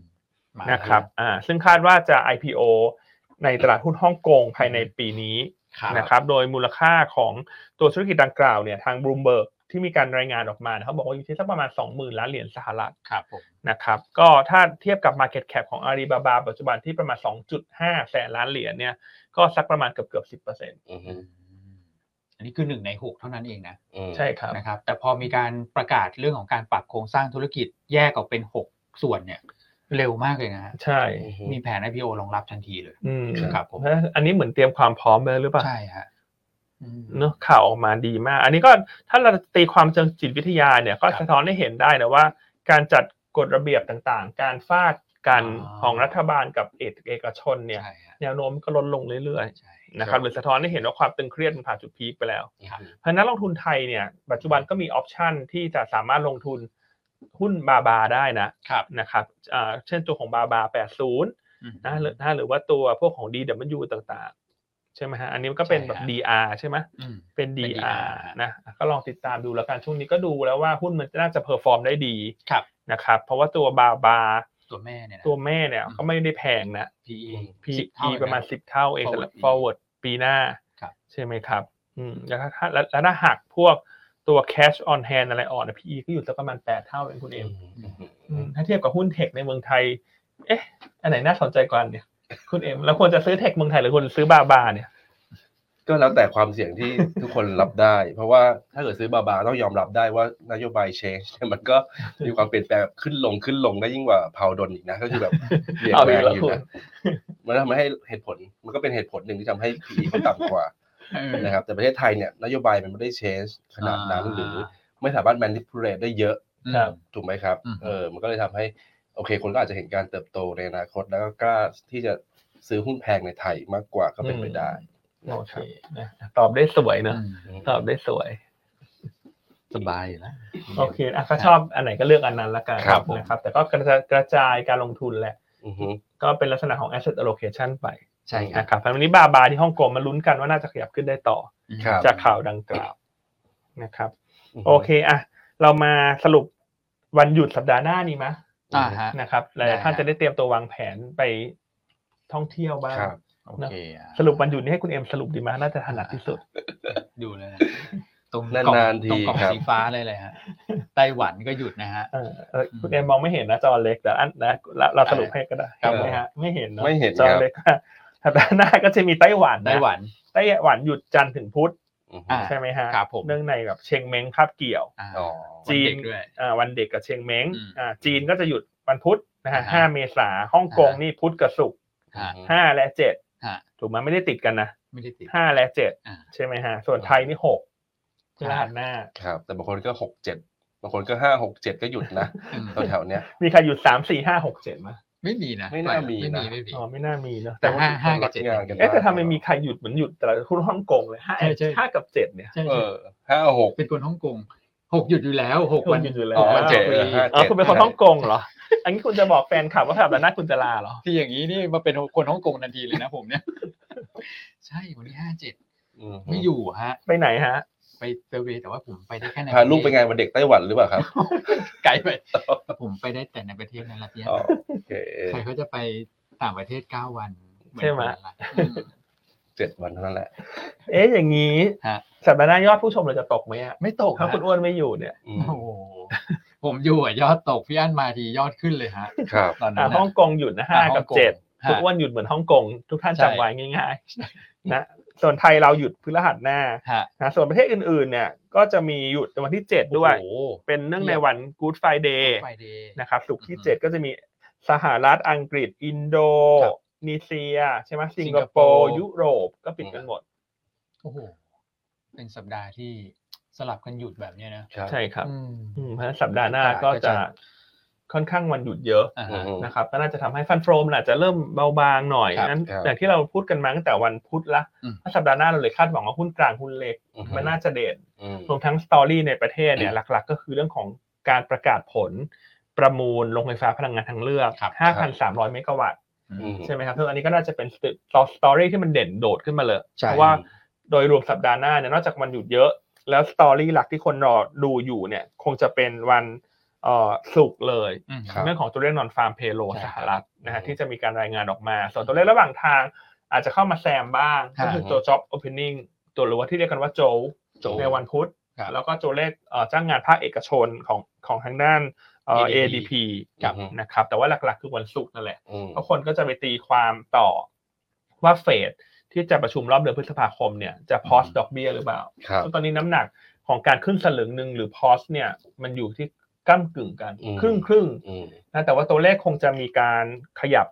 มาแล้ว
นะครับอ่าซึ่งคาดว่าจะ IPO ในตลาดหุ้นฮ่องกงภายในปีนี้
ครับ
นะครับโดยมูลค่าของตัวธุรกิจดังกล่าวเนี่ยทางบลูมเบิร์กที่มีการรายงานออกมาเขาบอกว่าอยู่ที่สักประมาณ 20,000 ล้านเหรียญสหรัฐ
ครับผม
นะครับก็ถ้าเทียบกับ Market Cap ของ Alibaba ปัจจุบันที่ประมาณ 2.5 แสนล้านเหรียญเนี่ยก็สักประมาณเกือบเกือบ
อือฮึ
อืมอันนี้คือหนึ่งในหกเท่านั้นเองนะ
อืม
10%ใช่ครับ
นะครับแต่พอมีการประกาศเรื่องของการปรับโครงสร้างธุรกิจแยกออกเป็น 6 ส่วนเนี่ยเร็วมากเลยนะฮะ
ใช่
มีแผน IPO รองรับทันทีเลย
อืม
ครับผม
นะอันนี้เหมือนเตรียมความพร้อมไปแล้วหรือเปล่า
ใช่ฮะอืม
เนอะข่าวออกมาดีมาก อันนี้ก็ถ้าเราตีความเชิงจิตวิทยาเนี่ยก็
ครับ
สะท้อนให้เห็นได้นะว่า การจัดกฎระเบียบต่างๆ การฟาดกัน
อ๋อ
ของรัฐบาลกับเอกเอกชนเนี่ย
ใช่ฮะ
แนวโน้มก็ลดลงเรื่อย
ใช่
ๆนะครับ
ครับ
หรือสะท้อนให้เห็นว่าความตึงเครียดมันผ่านจุดพีคไปแล้ว
ครับ
เพราะฉะนั้นนักลงทุนไทยเนี่ยปัจจุบันก็มีออปชันที่จะสามารถลงทุนหุ้นบาบาได้นะครับ นะครับอ่าเช่นตัวของบาบา 80นะหรือนะหรือว่าตัวพวกของ DW ต่างๆ ใช่ไหมฮะอันนี้มันก็เป็นแบบ
ใช่ฮะ
DR ใช่ไหม
อืม
เป็น
เป็น
DR
DR
นะก็ลองติดตามดูแล้วกันช่วงนี้ก็ดูแล้วว่าหุ้นมันน่าจะเพอร์ฟอร์มได้ดี
ครับ
นะครับเพราะว่าตัวบาบา
ตัวแม่เนี่ยนะ
ตัวแม่เนี่ย
อืม
ก็ไม่ได้แพงนะ
PE สิบ
PE
เท่เลยน
ประมาณสิบเท่าเอง
forward
สำหรับ
PE
forward ปีหน้า
ครับ
ใช่ไหมครับ อืมแล้วถ้าแล้วแล้วถ้าหักพวกตัว cash on hand อะไรออกนะ PE ก็อยู่สักประมาณแปดเท่าเองคุณเอ็มอืมถ้าเทียบกับหุ้นเทคในเมืองไทย เอ๊ะ อันไหนน่าสนใจกว่าเนี่ย คุณเอ็มแล้วควรจะซื้อเทคเมืองไทยหรือควรซื้อบาบาเนี่ย
ก็แล้วแต่ความเสี่ยงที่ ทุกคนรับได้ เพราะว่าถ้าเกิดซื้อบาบาต้องยอมรับได้ว่านโยบาย change เนี่ยมันก็มีความเปลี่ยนแปลงแบบขึ้นลงขึ้นลงได้ยิ่งกว่าพาวดนอีกนะ ก็คือแบบเปลี่ยน
เอา
แปล
อีก
ง
แล้ว
อ
คุ
ยู่
ณ
นะมันทำให้เหตุผลมันก็เป็นเหตุผลหนึ่งที่ทำให้ PE เขาต่ำกว่า
เออ
นะครับแต่ประเทศไทยเนี่ยนโยบายมันไม่ได้ change ขนาดนั้นหรือไม่สามารถ manipulate ได้เยอะ
อืม
ครับ
ถูกไหมครับ
อืม
เออ มันก็เลยทำให้ โอเค คนก็อาจจะเห็นการเติบโตในอนาคต แล้วก็กล้าที่จะซื้อหุ้นแพงในไทยมากกว่าก็เป็นไปได้
โอเคนะตอบได้สวยเนอะ
อืม
อืม
ตอบได้สวย
สบายอยู่แล้ว
โอเคอ่ะก็ชอบอันไหนก็เลือกอันนั้นละกัน
ครับผม
นะครับ แต่ก็กระจายกระจายการลงทุนแหละ
อือฮึ
ก็เป็นลักษณะของ asset allocation ไป
ใช่ครับ
นะครับวันนี้บาบาที่ฮ่องกงมาลุ้นกันว่าน่าจะขยับขึ้นได้ต่อ
ครับ
จากข่าวดังกล่าวนะครับ
ม
โอเคอะเรามาสรุปวันหยุดสัปดาห์หน้านี้มะ
อ่าฮะ
นะครับหลายๆท่านจะได้เตรียมตัววางแผนไปท่องเที่ยวบ้าง
ครับ
โอเคอ่ะ
สรุปวันหยุดนี้ให้คุณเอ็มสรุปดีมะน่าจะถนัดที่สุด
ดูเลยนะตรง
นานๆ
ก
ที
ล่องตรงกล่อง
ครับ
สีฟ้าเลยเลยฮะไต้หวันก็หยุดนะฮะ
เออเออคุณเอ็มมองไม่เห็นนะจอเล็กแต่อันนะเราเราสรุปให้ก็ได้
ครับ
เห็นไหมฮะไม่เห็นเนาะ
ไม่เห็น
จอ
ครับ
เล็ก อะสัปดาห์หน้าก็จะมีไต้หวันะ
ไต้หวัน
ไต้หวันหยุดจันทร์ถึงพุธ
อือฮึ
อ่า
ใช่ไหมฮะ
ครับผม
เนื่องในแบบเชงเม้งคาบเกี่ยว
า
อ๋อ
จีน
วัเด็กด้วย
อ่าวันเด็กกับเชียงเม้ง
อืม
อ่าจีนก็จะหยุดวันพุธนะฮะ
อ่าฮะ
ห้าเมษาฮ่องกง
อ่าฮะ
นี่พุธกับศุกร์
ฮะ
ห้าและเจ็ด
ฮะ
ถูกไหมไม่ได้ติดกันนะ
ไม่ได้ติด
ห้าและเจ็ด
อ่า
ใช่ไหมฮะส่วน
อ่า
ไทยนี่หกพฤหัสหน้า
ครับ แต่บางคนก็หกเจ็ดบางคนก็ห้าหกเจ็ดก็หยุดนะ
อืม
แถวๆเนี้ย
มีใครหยุดสามสี่ห้าหกเจ็ดไหม
ไม่มีนะ
ไม่น่ามี
ไม่มี
นะ
ไม่มี
อ๋อไม่น่ามีเนอะ
แต่
แต่
ห้าห้ากับเจ็ด
งานกัน
เอ๊ะแต่ทำไมมีใครหยุดเหมือนหยุดแต่ละหุ้นฮ่องกงเลยห้า
ใช่ใช่
ห้ากับเจ็ดเนี่ย
ใช่
เออ
ใช่
ห้าหก
เป็นคนฮ่องกงหกหยุดอยู่แล้วหก
คุ
วั
ณ
น
หยุดอยู่แล้ว
อ๋อ
วัน
เจ็ด
ฟรี
เหรอฮะ
อ๋อคุณเป็นคนฮ่องกงเหรอ อันนี้คุณจะบอกแฟนคลับว่าแบบหน้าคุณจะลาเหรอ
ที่อย่างนี้นี่มาเป็นคนฮ่องกงทันทีเลยนะผม เนี่ย ใช่วันที่ห้าเจ็ด
อือฮึ
ไม่อยู่ฮะ
ไปไหนฮะ
ไปเซอร์เวย์แต่ว่าผมไปได้แค่ใน
พาลูกไปงานวันเด็กไต้หวันหรือเปล่าครับ
ไกลไป ผมไปได้แต่ในประเทศนั้นละเนี่ย
อ๋อโอเค
ใครเขาจะไปต่างประเทศเก้าวันเอน
ใช่ไหม
คนละอืม
เจ็ดวันเท่านั้นแหละ
เอ๊ะอย่างนี้
ฮะ
สัปดาห์หน้ายอดผู้ชมเราจะตกไหมอะ
ไม่ตก
ถ้า
ฮะ
คุณอ้วนไม่อยู่เนี่ย
อืม
โอ้โหผมอยู่อะยอดตกพี่อั้นมาทียอดขึ้นเลยฮะ
ครับ
ตอนนั้
อ่าน ฮ่องกงหยุดนะห้ากับเจ็ดทุก
วั
วัน นหยุดเหมือนฮ่องกง ทุกท่าน
ใช่
จำไว้ง่ายๆนะส่วนไทยเราหยุดพฤหัสหน้า
ฮะ
นะส่วนประเทศอื่นๆเนี่ยก็จะมีหยุดวันที่เจ็ดด้วย
โอ้โห
เป็นเนื่องใน
เยี่ยม
วัน Good Friday
Friday
นะครับศุกร์ที่
อือฮึ
เจ็ดก็จะมีสหรัฐอังกฤษ อินโด
ครับ
นีเซีย ใช่ไหมสิงค
สิงค
โป
โปร์
ร์ยุโรปก็ปิดกันหมด
โอ้โห เป็นสัปดาห์ที่ สลับกันหยุดแบบเนี้ยนะ
ใช่
ใช่ครับ
อืม
อืมเพราะฉะนั้นสัปดาห์หน้า
ตลาดก็
ก็
จะ
จะค่อนข้างวันหยุดเยอะ
อ่าฮะ
อืม
นะครับก็น่าจะทำให้ฟันโฟมน่ะจะเริ่มเบาบางหน่อย
ครับ
นั้น
ครับ
อย่างที่เราพูดกันมาตั้งแต่วันพุธละ
อืม
ถ้าสัปดาห์หน้าเราเลยคาดหวังว่าหุ้นกลางหุ้นเล็ก
อือฮึ
มันน่าจะเด่น
อืม
รวมทั้งสตอรี่ในประเทศเนี่ยหลักๆ ก็คือเรื่องของการประกาศผล ประมูลโรงไฟฟ้าพลังงานทางเลือก
ครับ
5,300 เมกะวัตต์
อืม
ใช่ไหมครับซึ่งอันนี้ก็น่าจะเป็นสตอรี่ที่มันเด่นโดดขึ้นมาเลย
ใช่
เพราะว่าโดยรวมสัปดาห์หน้าเนี่ยนอกจากวันหยุดเยอะ แล้วสตอรี่หลักที่คนรอดูอยู่เนี่ยคงจะเป็นวันเอ่อศุกร์เลย
อืม
ครับ
เรื่องของตัวเลขนอนฟาร์มเพโล
ใช่
สห
ครับ
รัฐนะฮะ
อืม
ที่จะมีการรายงานออกมา ส่วนตัวเลขระหว่างทางอาจจะเข้ามาแซมบ้าง
ครับ
ก็คือตัว job opening ตัวหรือว่าที่เรียกกันว่าโจว
โจว
ในวันพุธ
ครับ
แล้วก็ตัวเลขเอ่อจ้างงานภาคเอกชนของของทางด้านเอ่อ
ADP
ADP
ครับ
นะครับแต่ว่าหลักๆคือวันศุกร์นั่นแหละ
อืม
ก็คนก็จะไปตีความต่อว่าเฟดที่จะประชุมรอบเดือนพฤษภาคมเนี่ยจะพอสดอกเบี้ยหรือเปล่า
ครับ
ตอนนี้น้ำหนักของการขึ้นสลึงหนึ่งหรือพอสเนี่ยมันอยู่ที่ก้ากึ่งกัน
อืม
ครึ่งครึ่งๆ
อืม
นะแต่ว่าตัวเลขคงจะมีการขยับ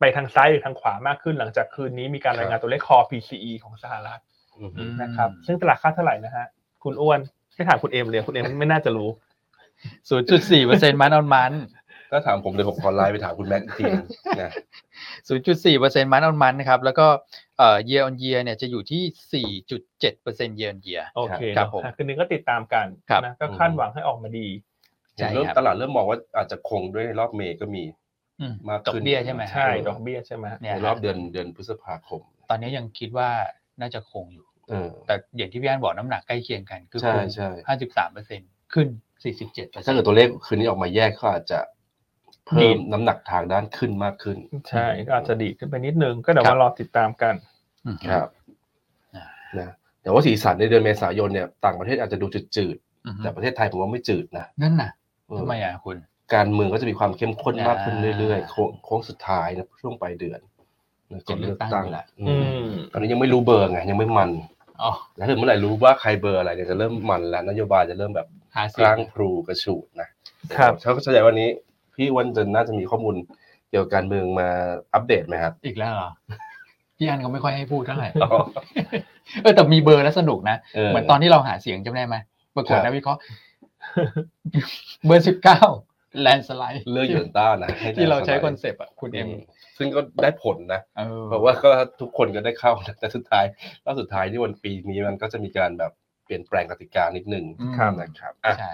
ไปทางซ้ายหรือทางขวามากขึ้นหลังจากคืนนี้มีการ
ครับ
รายงานตัวเลข core PCE ของสหรัฐ
อืม
นะครับซึ่งตลาดคาดเท่าไหร่นะฮะคุณอ้วนไม่ถามคุณเอมเลยคุณเอมไม่น่าจะรู้
ศูนย์จุดสี่เปอร์เซ็นต์มันออนมัน
ก็ถามผมเดี๋ยวผมขอไลน์ไปถามคุณแม็กซ์อีกทีหนึ่งนะ
ศูนย์จุดสี่เปอร์เซ็นต์มันออนมันนะครับ แล้วก็เอ่อ year on year เนี่ยจะอยู่ที่สี่จุดเจ็ดเปอร์เซ็นต์ year on year
โอเค
ครับผม
นะคืนนี้ก็ติดตามกัน
ครับ
นะก็คาดหวังให้ออกมาดี
ใช่ครับ
เริ่มตลาดเริ่มมองว่าอาจจะคงด้วยรอบเมย์ก็มี
อืม
มากขึ้น
ดอกเบี้ยใช่ไหม
ใช่ดอกเบี้ยใช่ไหม
เนี่ย
ใน
ฮะ
รอบเดือนเดือนพฤษภาคม
ตอนนี้ยังคิดว่าน่าจะคงอยู่
เออ
แต่อย่างที่พี่อันบอกน้ำหนักใกล้เคียงกันคือ
ใช่
คง
ใช่
ห้าสิบสามเปอร์เซ็นต์ขึ้นสี่สิบเจ็ดเปอร์เซ็น
ถ้า
ต์
เกิดตัวเลขคืนนี้ออกมาแยกก็อาจจะเพิ่มน้ำหนักทางด้านขึ้นมากขึ้น
ใช่ก็อาจจะดีดขึ้นไปนิดนึง ก็เดี๋ยว
ครั
มา
บ
รอติดตามกัน
อืม
ครับ
อ่า
นะแต่ว่าสีสันในเดือนเมษายนเนี่ยต่างประเทศอาจจะดูจืด
อืม
ๆแต่ประเทศไทยผมว่าไม่จืดนะ
นั่นน่ะ
เออ
ทำไมอ่ะคุณ
การเมืองก็จะมีความเข้มข้นมากขึ้นเรื่อยๆ
อ่า
โค้งโค้งสุดท้ายนะช่วงปลายเดือนนะก่อนเลือกตั้ง
จะเลือกตั้งอยู่ละ
อืมตอนนี้ยังไม่รู้เบอร์ไงยังไม่มัน
อ๋อ
แล้วถึงเมื่อไหร่รู้ว่าใครเบอร์อะไรเนี่ยจะเริ่มมันแล้วนโยบายจะเริ่มแบบ
หาเสี
ก
ย
ลาง งพลูกระฉูดนะครับ เขาเข้าใจวันนี้ พี่วันจะน่าจะมีข้อมูลเกี่ยวกับการเมืองมาอัปเดตไหมครับ
อีกแล้วเหรอ พี่อันก็ไม่ค่อยให้พูดเท่าไหร่ เออแต่มีเบอร์แล้วสนุกนะ เหมือนตอนที่เราหาเสียงจำได้ไหมปรากฏ
ครั
นะ
บ
วิเคราะห์ เบอร์สิบเก้าแลนสไลด์
เลือกยูนต้านะให้ได้
ที่เราใช้
สบย
คอนเซปต์อ่ะคุณเอ็ม
อืมซึ่งก็ได้ผลนะ
เออ
เพราะว่าก็ทุกคนก็ได้เข้านะแต่สุดท้ายรอบสุดท้ายที่วันปีนี้มันก็จะมีการแบบเปลี่ยนแปลงกติกานิดนึง
อืม
ครับ
นะครับอ่ะ
ใช่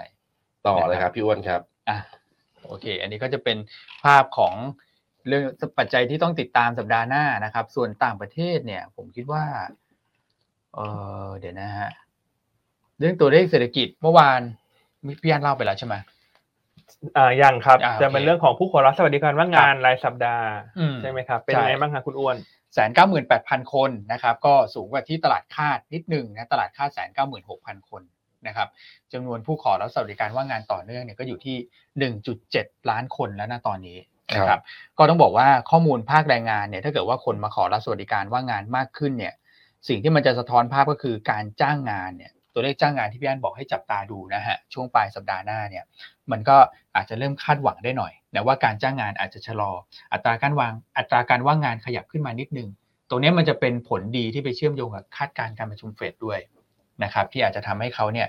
ต่อเลยครับพี่อ้วนครับ
อ่ะโอเค อันนี้ก็จะเป็นภาพของเรื่องปัจจัยที่ต้องติดตามสัปดาห์หน้านะครับ ส่วนต่างประเทศเนี่ย ผมคิดว่าเออเดี๋ยวนะฮะเรื่องตัวเลขเศรษฐกิจเมื่อวานมีพี่อันเล่าไปแล้วใช่ไหม
อ่ายังครับ
อ่าโอเค
จะเป็นเรื่องของผู้ขอรับสวัสดิการว่างงานรายสัปดาห์
อืม
ใช่ไหมครับเป็น
ใช่
ยังไงบ้างครับคุณอ้วน
แสนเก้าหมื่นแปดพันคนนะครับก็สูงกว่าที่ตลาดคาดนิดหนึ่งนะตลาดคาดแสนเก้าหมื่นหกพันคนนะครับจำนวนผู้ขอรับสวัสดิการว่างงานต่อเนื่องเนี่ยก็อยู่ที่หนึ่งจุดเจ็ดล้านคนแล้วนะตอนนี้นะค
ครั
รับบ ก็ต้องบอกว่าข้อมูลภาคแรงงานเนี่ยถ้าเกิดว่าคนมาขอรับสวัสดิการว่างงานมากขึ้นเนี่ยสิ่งที่มันจะสะท้อนภาพก็คือการจ้างงานเนี่ยตัวเลขจ้างงานที่พี่อันบอกให้จับตาดูนะฮะช่วงปลายสัปดาห์หน้าเนี่ย มันก็อาจจะเริ่มคาดหวังได้หน่อยนะว่าการจ้างงานอาจจะชะลอ อัตราการวางอัตราการว่างงานขยับขึ้นมานิดนึง ตรงเนี้ยมันจะเป็นผลดีที่ไปเชื่อมโยงกับคาดการณ์การประชุมเฟดด้วยนะครับที่อาจจะทำให้เขาเนี่ย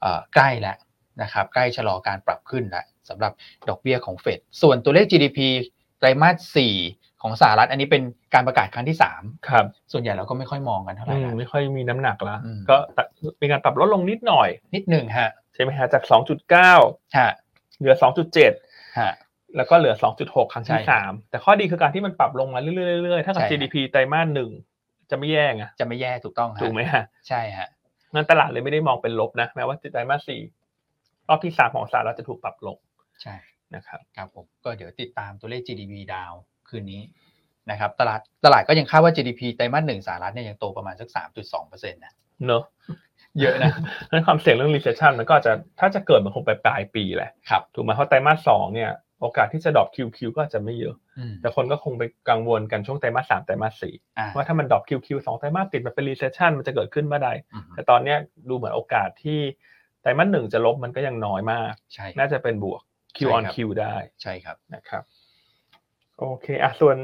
เอ่อใกล้แล้วนะครับใกล้ชะลอการปรับขึ้นแล้วสำหรับดอกเบี้ยของเฟดส่วนตัวเลข GDP ไตรมาส4ของสหรัฐอันนี้เป็นการประกาศครั้งที่
ครับ
3 ส่วนใหญ่เราก็ไม่ค่อยมองกันเท่าไหร่นะ
ไม่ค่อยมีน้ำหนักละ
อืม
ก็ตัดมีการปรับลดลงนิดหน่อย
นิดหนึ่งฮะ
ใช่ไหมฮะจาก 2.9
ฮะ
เหลือ 2.7
ฮะ
แล้วก็เหลือ 2.6 ครั้ง
ใช่
ที่ 3 แต่ข้อดีคือการที่มันปรับลงมาเรื่อยๆเรื่อยๆถ้ากับ
ใช่
GDP ไตรมาสหนึ่งจะไม่แย่ไง
จะไม่แย่ถูกต้องฮะ
ถูกไหมฮะ
ใช่ฮะ
งั้นตลาดเลยไม่ได้มองเป็นลบนะ แม้ว่าไตรมาสสี่รอบที่ 3 ของสหรัฐจะถูกปรับลง
ใช่
นะครับ
ครับผมก็เดี๋ยวติดตามตัวเลข GDP ดาวคืนนี้นะครับตลาดตลาดก็ยังคาดว่า GDP ไตรมาสหนึ่งสหรัฐเนี่ยยังโตประมาณสัก 3.2%นะ
เนอะ
เยอะนะ
นั้นความเสี่ยงเรื่อง recession มันก็อาจจะถ้าจะเกิดมันคงไปปลายปีแหละ
ครับ
ถูกไหมเพราะไตรมาสสองเนี่ยโอกาสที่จะดรอป QQ ก็อาจจะไม่เยอะ
อืม
แต่คนก็คงไปกังวลกันช่วงไตรมาสสามไตรมาสสี่
อ่า
ว่าถ้ามันดรอป QQ สองไตรมาสติดมันเป็น recession มันจะเกิดขึ้นเมื่อใด
อืม
แต่ตอนเนี้ยดูเหมือนโอกาสที่ไตรมาสหนึ่งจะลบมันก็ยังน้อยมาก
ใช่
น่าจะเป็นบวก Q
ใช่
on
ครับ
Q ได้
ใช่ครับ
นะครับ โอเคอ่ะส่วน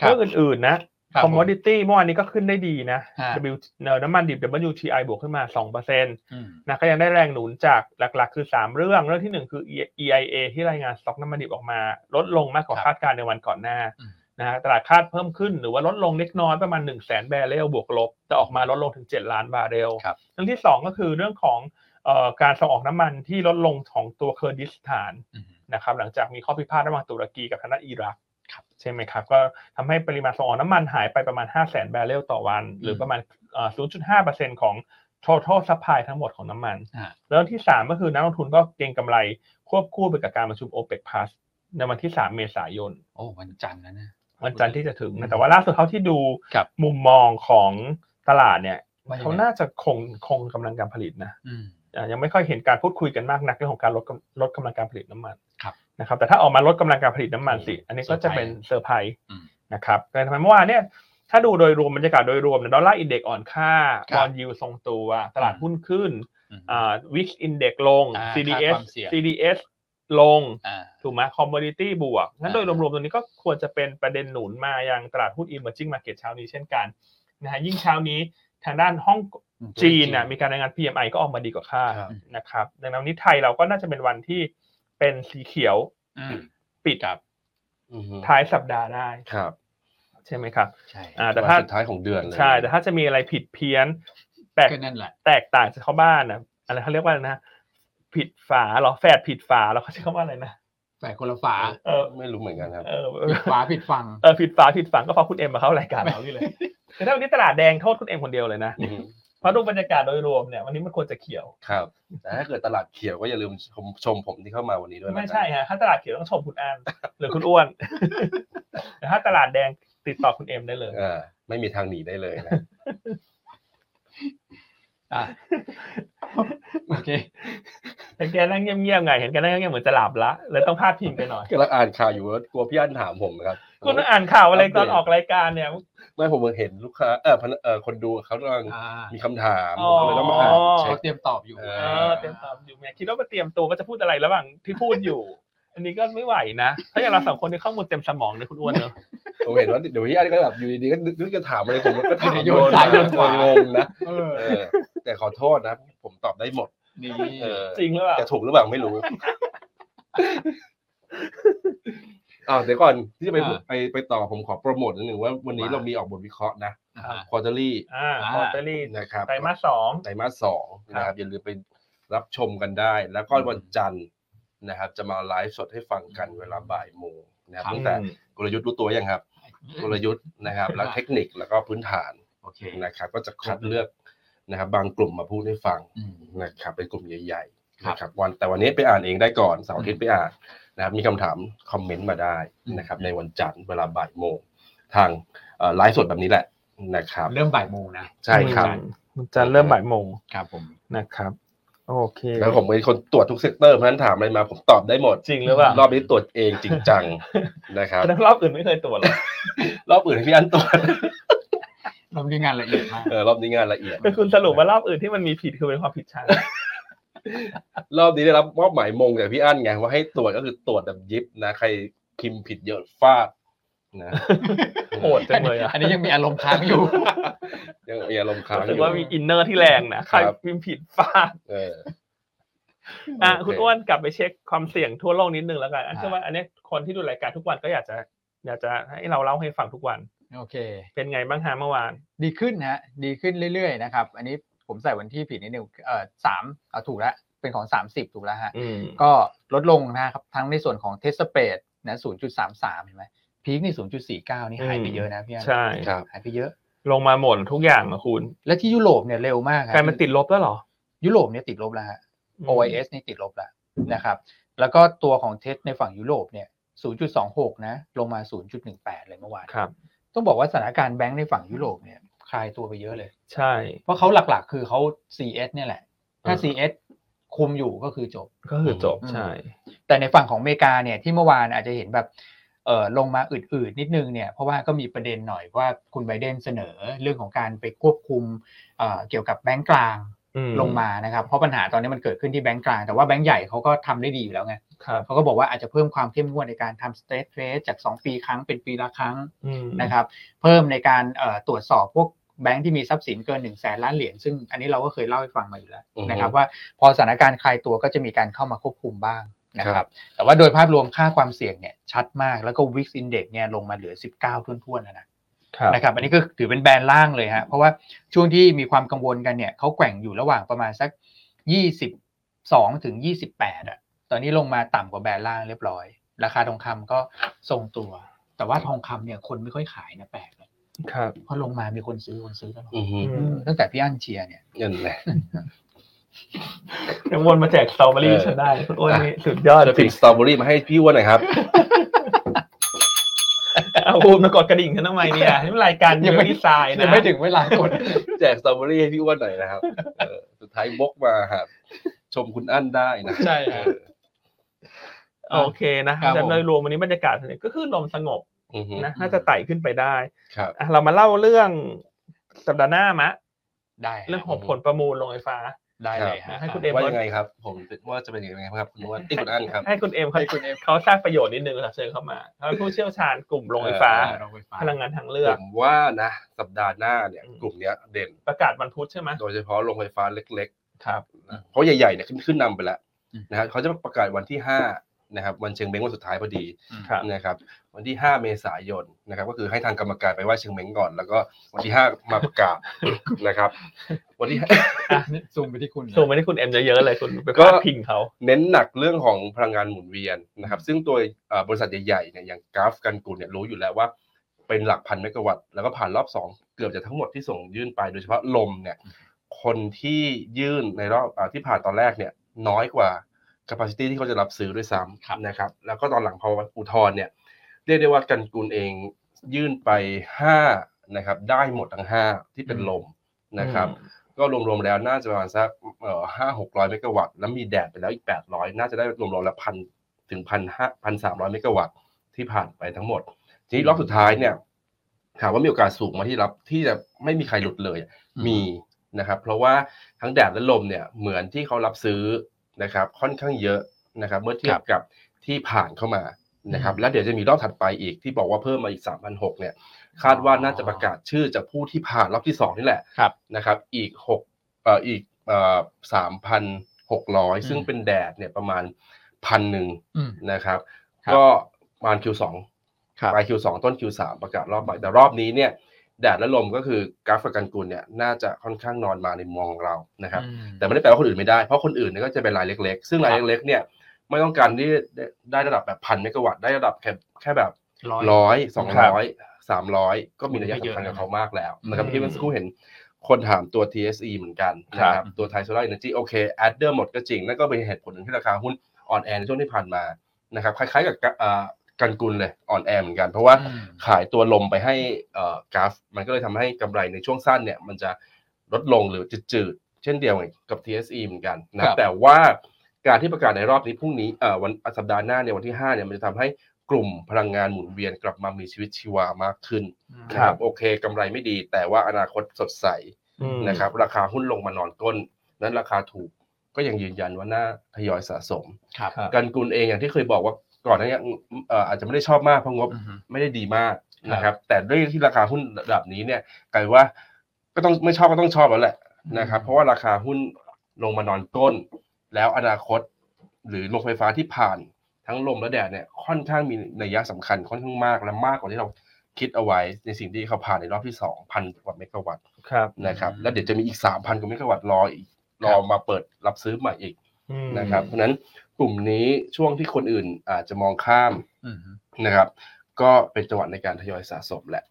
ครับ
เรื่องอื่นๆนะ
ครับ
คอมมอดิตี้เมื่อวานนี้ก็ขึ้นได้ดีนะ
ฮะ
W เอ่อน้ำมันดิบ WTI บวกขึ้นมา 2%น
อืม
ะก็ยังได้แรงหนุนจากหลักๆ คือ 3 เรื่อง เรื่องทีหนึ่1 คือ EIA ที่รายงานสต็อกน้ำมันดิบออกมา ลดลงมากกว่าคาดการณ์ในวันก่อนหน้า
อืม
นะฮะตลาดคาดเพิ่มขึ้นหรือว่าลดลงเล็กน้อยประมาณ 1 0 0 0 0แสนบาร์เรลบวกลบจะออกมาลดลงถึง 7 ล้านบาร์เรล
ครับ
เรื่องที่ 2 ก็คือเรื่องของเอ่อการส่งออกน้ำมันที่ลดลงของตัวเคอร์ดิสถาน
อืม
นะครับหลังจากมีข้อพิพาทระหว่างตุรกีกับคณะอิรัก
ครับ
ใช่ไหมครับ ก็ทำให้ปริมาณส่งออกน้ำมันหายไปประมาณ 5 0 0 0 0 0 บาร์เรลต่อวัน หรือประมาณเอ่อ0.5%ของ total supply ทั้งหมดของน้ำมัน
อ่า
แล้วที่ 3 ก็คือนักลงทุนก็เก็งกำไรควบคู่ไปกับการประชุม OPEC Plus ในวันที่ 3 เมษายน
โอ้วันจันทร์นะเนี่ย
วันจันทร์ที่จะถึง
อืม
นะแต่ว่าล่าสุดเท่าที่ดู
ครับ
มุมมองของตลาดเนี่ย
ว่ยังไง
เขาน่าจะคงคงกำลังการผลิตนะ
อืม
อ่ะยังไม่ค่อยเห็นการพูดคุยกันมากนักเรื่องของการลดกำลดกำลังการผลิตน้ำมัน
ครับ
นะครับ แต่ถ้าออกมาลดกำลังการผลิตน้ำมันสิ อันนี้ก็จะ
เซอร์ไพรส์
เป็นเซอร์ไพรส์
อืม
นะครับแต่ทำไมเมื่อวานเนี่ยถ้าดูโดยรวมบรรยากาศโดยรวมเนี่ยดอลลาร์อินเด็กซ์อ่อนค่า
ครับ
บอลยูทรงตัวตลาด
อืม
หุ้นขึ้น
อืม
อ่าวิกอินเด็กซ์ลง
อ่า
CDS
ค่าความเสี่ยง
CDS ลง
อ่า
ถูกไหมคอมมอดิตี้บวกงั้น
อ่า
โดยรวมๆตัวนี้ก็ควรจะเป็นประเด็นหนุนมายังตลาดหุ้น emerging market เช้านี้เช่นกันนะฮะยิ่งเช้านี้ทางด้านฮ่อง จีนน่ะมีการรายงาน PMI ก็ออกมาดีกว่าคาด
ครับ
นะครับ ดังนั้นวันนี้ไทยเราก็น่าจะเป็นวันที่เป็นสีเขียว
อืม
ปิด
ครับ
อืม
ท้ายสัปดาห์ได้
ครับ
ใช่ไหมครับ
ใช่
อ่าแต่ถ้า
วันสุดท้ายของเดือนเลย
ใช่แต่ถ้าจะมีอะไรผิดเพี้ยนแตก
ก็นั่นแหละ
แตกต่างจากเขาบ้านนะอะไรเขาเรียกว่าอะไรนะ ผิดฝาเหรอแฝดผิดฝาแล้วเขาใช้คำว่าอะไรนะ
แต่คนละฝา
เออ
ไม่รู้เหมือนกันครับ
เออเอ
ผิ
อ
ดฝาผิดฟัง
เออผิดฝาผิดฝังก็เพราะคุณเอ็มมาเข้ารายการเรานี่เลยแต่ถ้าวันนี้ตลาดแดงโทษคุณเอ็มคนเดียวเลยนะเพราะดูบรรยากาศโดยรวมเนี่ยวันนี้มันควรจะเขียว
ครับ แต่ถ้าเกิดตลาดเขียวก็อย่าลืมชมชมผมที่เข้ามาวันนี้ด้วยนะ
ไม่ใช่ฮะถ้าตลาดเขียวต้องชมคุณอานหรือคุณอ้วน แต่ถ้าตลาดแดงติดต่อคุณเอ็มได้เลย
อ่าไม่มีทางหนีได้เลยนะ
อ่ะโอเค
แต่แกนั่งเงียบๆไง เห็นแกนั่งเงียบๆเหมือนจะหลับละเลยต้องพาดพิงไปหน่อย
กำลังอ่านข่าวอยู่ว่ากลัวพี่อันถามผมนะครับ
คุณอ่านข่าวอะไรตอนออกรายการเนี่ย
ไม่ผมเห็นลูกค้าเออพนเออคนดูเขากำลัง
อ่า
มีคำถาม
อ๋อ
ผมก็เลยต้องมาอ่านเช็
เขา
ค
เตรียมตอบอยู่
เอ
เออเตรียมตอบอยู่ไงคิดว่ามาเตรียมตัวว่าจะพูดอะไรระหว่างที่พูดอยู่ อันนี้ก็ไม่ไหวนะถ้าอย่างเราสองคนนี่ข้อมูลเต็มสมองเลยคุณอ้วนเนอะ
ผมเห็นว่าเดี๋ยวพี่อันก็แบบอยู่ดีๆก็นึกจะถามอะไรผมก็ถาม
โยนซ้ายโยนขวา
งงนะ
เออ
เออ แต่ขอโทษนะ ผมตอบได้หมด
นี่
เออ
จริงหรือเปล่า
จะถูกหรือเปล่าไม่รู้ อ่าเดี๋ยวก่อนที่จะไปพูดไปไปต่อผมขอโปรโมทนิดหนึ่งว่าวันนี้เรามีออกบทวิเคราะห์นะ
อ่า
ควอเตอรี่
อ่าคอร์เตอรี่
นะครับ
ไตรมาสสอง
ไตรมาสสองนะค
ครั
รับบ อย่าลืมไปรับชมกันได้ แล้วก็
อืม
วันจันทร์นะครับ จะมาไลฟ์สดให้ฟังกันเวลาบ่ายโมงนะครับ
ครับ
ตั้งแต่กลยุทธ์รู้ตัวยังครับกลยุทธ์นะครับ แล้วเทคนิคแล้วก็พื้นฐาน
โอเค
นะครับ ก็จะคัดเลือกนะครับ บางกลุ่มมาพูดให้ฟัง
อืม
นะครับเป็นกลุ่มใหญ่ๆ
ครับ
นะครับวันแต่วันนี้ไปอ่านเองได้ก่อนเสาร์อาทิตย์
อืม
ไปอ่านนะครับ มีคำถามคอมเมนต์มาได้นะครับ
อืม
ในวันจันทร์เวลาบ่ายโมงทางเอ่อไลฟ์สดแบบนี้แหละนะครับ
เริ่มบ่ายโมงนะ
ใช่ครับ
มันจะเริ่มบ่ายโมง
ครับผม
นะครับ โอเค
แล้วผมเป็นคนตรวจทุกเซกเตอร์เพราะฉะนั้นถามอะไรมาผมตอบได้หมด
จริงหรือเปล่าร
อบนี้ตรวจเองจริงจั ง นะครับ
แต่รอบอื่นไม่เคยตรวจหรอก
รอบอื่นให้พี่อันตรวจ
เรามีงานละเอียดมาก
เออรอบนี้งานละเอียด
คือคุณสรุปว่ารอบอื่นที่มันมีผิดคือเป็นความผิดฉัน
รอบนี้ได้รับมอบหมายมงจากพี่อันไงว่าให้ตรวจก็คือตรวจแบบยิบนะใครพิมพ์ผิดเยอะฟาดนะ
โหดจังเลยอ่ะ
อันนี้ยังมีอารมณ์ค้างอยู่
ยังมีอารมณ์ค้าง
รู้
อ
สึก
ยู่
ว่ามีอินเนอร์ที่แรงนะใคร
ครับ
พิมพ์ผิดฟาด
เออ
อ่ะ
โเ
คุณอ้วนกลับไปเช็คความเสี่ยงทั่วโลกนิดนึงแล้วกันอันเชื่อว่าอันเนี้ยคนที่ดูรายการทุกวันก็อยากจะ อยากจะให้เราเล่าให้ฟังทุกวัน
โอเค
เป็นไงบ้างฮะเมื่อวาน
ดีขึ้นนะฮะดีขึ้นเรื่อยๆนะครับ อันนี้ผมใส่วันที่ผิดนิดนึงเอ่อสามเอาถูกแล้ว เป็นของ 30 ถูกแล้วฮะ
อืม
ก็ลดลงนะครับ ทั้งในส่วนของเทสเปดนะ0.33 เห็นไหมพีคใน 0.49 นี่หายไปเยอะนะพี่อัน
ใช่
ครับ
หายไปเยอะ
ลงมาหมดทุกอย่างอะคุณ
และที่ยุโรปเนี่ยเร็วมากฮะ
กลายมันติดลบแล้วเหรอ
ยุโรปเนี่ยติดลบแล้วฮะ OIS นี่ติดลบแล้วนะครับ แล้วก็ตัวของเทสในฝั่งยุโรปเนี่ย 0.26 นะ ลงมา 0.18 เลยเมื่อวาน
ครับ
ต้องบอกว่าสถานการณ์แบงก์ในฝั่งยุโรปเนี่ยคลายตัวไปเยอะเลย
ใช่
เพราะเขาหลักๆ คือเขา CS เนี่ยแหละ ถ้า
อืม
CS คุมอยู่ก็คือจบ
ก็คือจบ
อืม
ใช่
แต่ในฝั่งของอเมริกาเนี่ยที่เมื่อวานอาจจะเห็นแบบเออลงมาอืดๆนิดนึงเนี่ยเพราะว่าก็มีประเด็นหน่อยว่าคุณไบเดนเสนอเรื่องของการไปควบคุมเอ่อเกี่ยวกับแบงก์กลาง
อื
ลงมานะครับ เพราะปัญหาตอนนี้มันเกิดขึ้นที่แบงก์กลาง แต่ว่าแบงก์ใหญ่เขาก็ทำได้ดีอยู่แล้วไง
ครับ
เขาก็บอกว่าอาจจะเพิ่มความเข้มงวดในการทำสเตทเทรสจาก 2 ปีครั้งเป็นปีละครั้ง
อืม
นะครับ เพิ่มในการเอ่อตรวจสอบพวกแบงก์ที่มีทรัพย์สินเกิน1นึ่งแสนล้านเหรียญซึ่งอันนี้เราก็เคยเล่าให้ฟังมาอยู่แล้ว
อือฮึ
นะครับว่าพอสถานการณ์คลายตัวก็จะมีการเข้ามาควบคุมบ้างนะค
ครั
รับ
บ
แต่ว่าโดยภาพรวมค่าความเสี่ยงเนี่ยชัดมากแล้วก็ Wix Index เนี่ยลงมาเหลือ 19ท้วนๆแล้วนะ
ครับ
นะครับอันนี้ก็ถือเป็นแบรนด์ล่างเลยฮะเพราะว่าช่วงที่มีความกังวลกันเนี่ยเขาแกว่งอยู่ระหว่างประมาณสัก 22 ถึง 28อ่ะตอนนี้ลงมาต่ำกว่าแบรนด์ล่างเรียบร้อย ราคาทองคำก็ทรงตัว แต่ว่าทองคำเนี่ยคนไม่ค่อยขายนะแปลกเลย
ครับ
เพราะลงมามีคนซื้อคนซื้อตลอด
อือฮึ
ม
อืมตั้งแต่พี่อั้นเชียร์เนี่ย
นั่นแหละ
ยังวนมาแจกสตรอเบอรี่
เออ
ฉันได้คุณอ้วนนี่สุดยอด
จะ
จ
พิ
ริ
ม
ง
สตรอเบอรี่มาให้พี่อ้วนหน่อยครับ
เอาอูมากดกระดิ่งฉันทำไมเนี่ยนี่มันรายการ
ยั
ยังง
ไม่
ไม่ดีไซน์
ยั
นะ
งไม่ถึงเวลากด
แจกสตรอเบอรี่ให้พี่อ้วนหน่อยนะครับเออสุดท้ายบกมาหาชมคุณอั้นได้นะ
ใช่
เอ
ฮะ
อ
โอเคนะครับ
ผม
แต่โดยรวมวันนี้บรรยากาศเนี่ยก็คือลมสงบ
อือฮึ
นะน่าจะไต่ขึ้นไปได้
ครับ
อ่ะเรามาเล่าเรื่องสัปดาห์หน้ามะ
ได้
เรื่อง
ฮะ
ของผลประมูลโรงไฟฟ้า
ได้เลยฮะ
ให้คุณเอ็ม
ว่ายังไงครับ ผมว่าจะเป็นยังไงครับคุณอ้วนที่คุณอั้นครับ
ให้คุณเอ็มเขา
ให้คุณเอ็ม
เขาสร้างประโยชน์นิดนึงครับเชิญเข้ามาเขาเป็นผู้เชี่ยวชาญกลุ่มโรงไฟฟ้า
อ่
ลงไฟฟ้า
พลังงานทางเลือ
ผ
ก
มว่านะ สัปดาห์หน้าเนี่ย
อืม
กลุ่มเนี้ยเด่น
ประกาศวันพุธใช่ไหม
โดยเฉพาะโรงไฟฟ้าเล็ก
ครับ
ๆนะเพราะใหญ่ๆเนี่ยขึ้นขึ้นนำไปแล้ว
อืม
นะครับเขาจะประกาศวันที่ 5 นะครับ วันเชียงเม้งวันสุดท้ายพอดี
อืม
ครับ
นะครับ วันที่ 5 เมษายนนะครับ ก็คือให้ทางกรรมการไปไหว้เชียงเม้งก่อน แล้วก็วันที่ 5 มาประกาศ นะครับ วันที่
อ่ะนี่ซูมไปที่คุณนะ
ส่งไปที่คุณเอ็มเยอะๆเลยคุณไป
ก็
พาดพิงเขา
เน้นหนักเรื่องของพลังงานหมุนเวียนนะครับ ซึ่งตัวเอ่อบริษัทใหญ่ๆเนี่ยอย่างกราฟกันกุลเนี่ยรู้อยู่แล้วว่า เป็นหลักพันเมกะวัตต์แล้วก็ผ่านรอบ 2 เกือบจะทั้งหมดที่ส่งยื่นไปโดยเฉพาะลมเนี่ยคนที่ยื่นในรอบอาที่ผ่านตอนแรกเนี่ยน้อยกว่า capacity ที่เขาจะรับซื้อด้วยซ้
ครับ
ำนะครับ แล้วก็ตอนหลังพออุทธรณ์เนี่ยเรียกได้ว่ากันกุลเองยื่นไป5นะครับได้หมดทั้ง 5 ที่เป็นลมนะครับ ก็รวมๆแล้วน่าจะประมาณสักห้าหกร้อยเมกะวัตต์แล้วมีแดดไปแล้วอีกแปดร้อยน่าจะได้รวมๆแล้วพันถึงพันห้าพันสามร้อยเมกะวัตต์ที่ผ่านไปทั้งหมด ทีนี้รอบสุดท้ายเนี่ยถามว่ามีโอกาสสูงไหมาที่รับที่จะไม่มีใครหลุดเลย มีนะครับ เพราะว่าทั้งแดดและลมเนี่ยเหมือนที่เขารับซื้อนะครับ ค่อนข้างเยอะนะครับ เมื่อเทียบกับที่ผ่านเข้ามานะครับ แล้วเดี๋ยวจะมีรอบถัดไปอีกที่บอกว่าเพิ่มมาอีก 3,600เนี่ย คาดว่าน่าจะประกาศชื่อจากผู้ที่ผ่านรอบที่สองนี่แหละ
ครับ
นะครับ อีกหกเอ่ออีกเอ่อสามพันหกร้อยซึ่งเป็นแดดเนี่ยประมาณพันหนึ่ง
อืม
นะครับ
ครับ
ก็ประมาณ Q2
ครับ
ปลาย Q2 ต้น Q3 ประกาศรอบใหม่แต่รอบนี้เนี่ยแดดและลมก็คือกราฟกับกันกุลเนี่ยน่าจะค่อนข้างนอนมาในมุมมองของเรานะครับ
อืม
แต่ไม่ได้แปลว่าคนอื่นไม่ได้ เพราะคนอื่นเนี่ยก็จะเป็นรายเล็กๆ ซึ่งรายเล็กๆเนี่ยไม่ต้องการที่ได้ได้ระดับแบบพันเมกะวัตต์ได้ระดับแค่แค่แบบ
ร้อย
ร้อยสอง
ครับ
ร้อยสามร้อยก็มีระยะ
ไม่เยอะ
สำคัญกับ
นะ
เขามากแล้วนะครับ
อืม
ที่เมื่อสักครู่เห็นคนถามตัว TSE เหมือนกันนะค
ครั
รับบ ตัวไทยโซลาร์เอเนจีโอเคแอดเดอร์หมดก็จริงนั่นก็เป็นเหตุผลหนึ่งที่ราคาหุ้นอ่อนแอในช่วงที่ผ่านมานะครับคล้ายๆกับกะเอ่อกันกุลเลยอ่อนแอเหมือนกันเพราะว่า
อืม
ขายตัวลมไปให้เอ่อกราฟ มันก็เลยทำให้กำไรในช่วงสั้นเนี่ย มันจะลดลงหรือจืดๆ เช่นเดียวกับ TSE เหมือนกันนะครับ แต่ว่าการที่ประกาศในรอบนี้พรุ่งนี้เอ่อวันสัปดาห์หน้าเนี่ยวันที่ 5 เนี่ย มันจะทำให้กลุ่มพลังงานหมุนเวียนกลับมามีชีวิตชีวามากขึ้น
ครับ
นะครับโอเคกำไรไม่ดี แต่ว่าอนาคตสดใส
อืม
นะครับ ราคาหุ้นลงมานอนก้น นั้นราคาถูกก็ยังยืนยันว่าน่าทยอยสะสม
ครับ
ครับ
กันกุลเองอย่างที่เคยบอกว่าก่อนหน้านี้เอ่ออาจจะไม่ได้ชอบมากเพราะงบ ไม่ได้ดีมากนะครับ แต่ด้วยที่ราคาหุ้นระดับนี้เนี่ยกลายว่าก็ต้องไม่ชอบก็ต้องชอบแล้วแหละนะครับ
อืม
เพราะว่าราคาหุ้นลงมานอนก้น แล้วอนาคต หรือโรงไฟฟ้าที่ผ่านทั้งลมและแดดเนี่ยค่อนข้างมีนัยยะสำคัญค่อนข้างมากและมากกว่าที่เราคิดเอาไว้ในสิ่งที่เขาผ่านในรอบที่สองพันกว่าเมกะวัตต์
ครับ
นะครับ
อืม
แล้วเดี๋ยวจะมีอีกสามพันกว่าเมกะวัตต์รออีกรอมาเปิดรับซื้อใหม่อีก
อืม
นะครับเพราะฉะนั้นกลุ่มนี้ช่วงที่คนอื่นอาจจะมองข้าม
อืม
นะครับก็เป็นจังหวะในการทยอยสะสมแหละ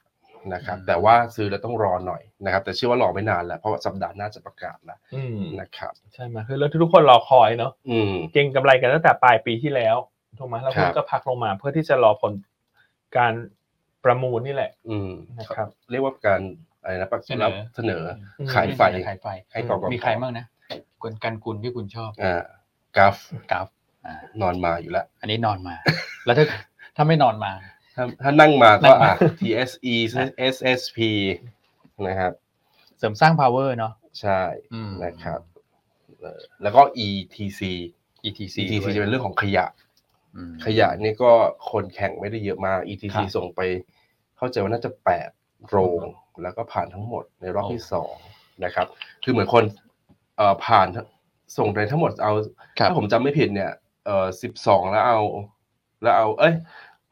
นะครับ
อืม
แต่ว่าซื้อแล้วต้องรอหน่อยนะครับแต่เชื่อว่ารอไม่นานแล้วเพราะว่าสัปดาห์หน้าจะประกาศแล้ว
อืม
นะครับ
ใช่ไหมคือเรื่องที่ทุกคนรอคอยเนาะ
อืม
เก็งกำไรกันตั้งแต่ปลายปีที่แล้วถูกไหมแล้ว
ครับ
หุ้นก็พักลงมาเพื่อที่จะรอผลการประมูลนี่แหละ
อืม
นะครับ
เรียกว่าการอะไรนะประ
เสนอ
รับเสนอ
อืม
ขายไฟ
ขายไฟ
ให้กรก
มีใครบ้างนะคนกันกุลที่คุณชอบ
อ่ากราฟ
กราฟอ่าน
อนมาอยู่แล้ว
อันนี้นอนมา แล้วถ้าถ้าไม่นอนมา
ถ้าถ้านั่งมาก็
นั่งมา
อ่ะ TSE SSP นะครับ
เสริมสร้าง power เนาะ
ใช่
อืม
นะครับ เออแล้วก็ ETC
ETC
ETC
ด้วย
จะเป็นเรื่องของขยะ
อืม
ขยะนี่ก็คนแข่งไม่ได้เยอะมาก
ค
ETC
รับ
ส่งไปเข้าใจว่าน่าจะแปดโรง แล้วก็ผ่านทั้งหมดในรอบ
โอ้
ที่สองนะครับ คือเหมือนคนเอ่อผ่านทั้งส่งไปทั้งหมดเอา
ครับ
ถ้าผมจำไม่ผิดเนี่ยเอ่อสิบสองแล้วเอา แล้วเอา เอ้ย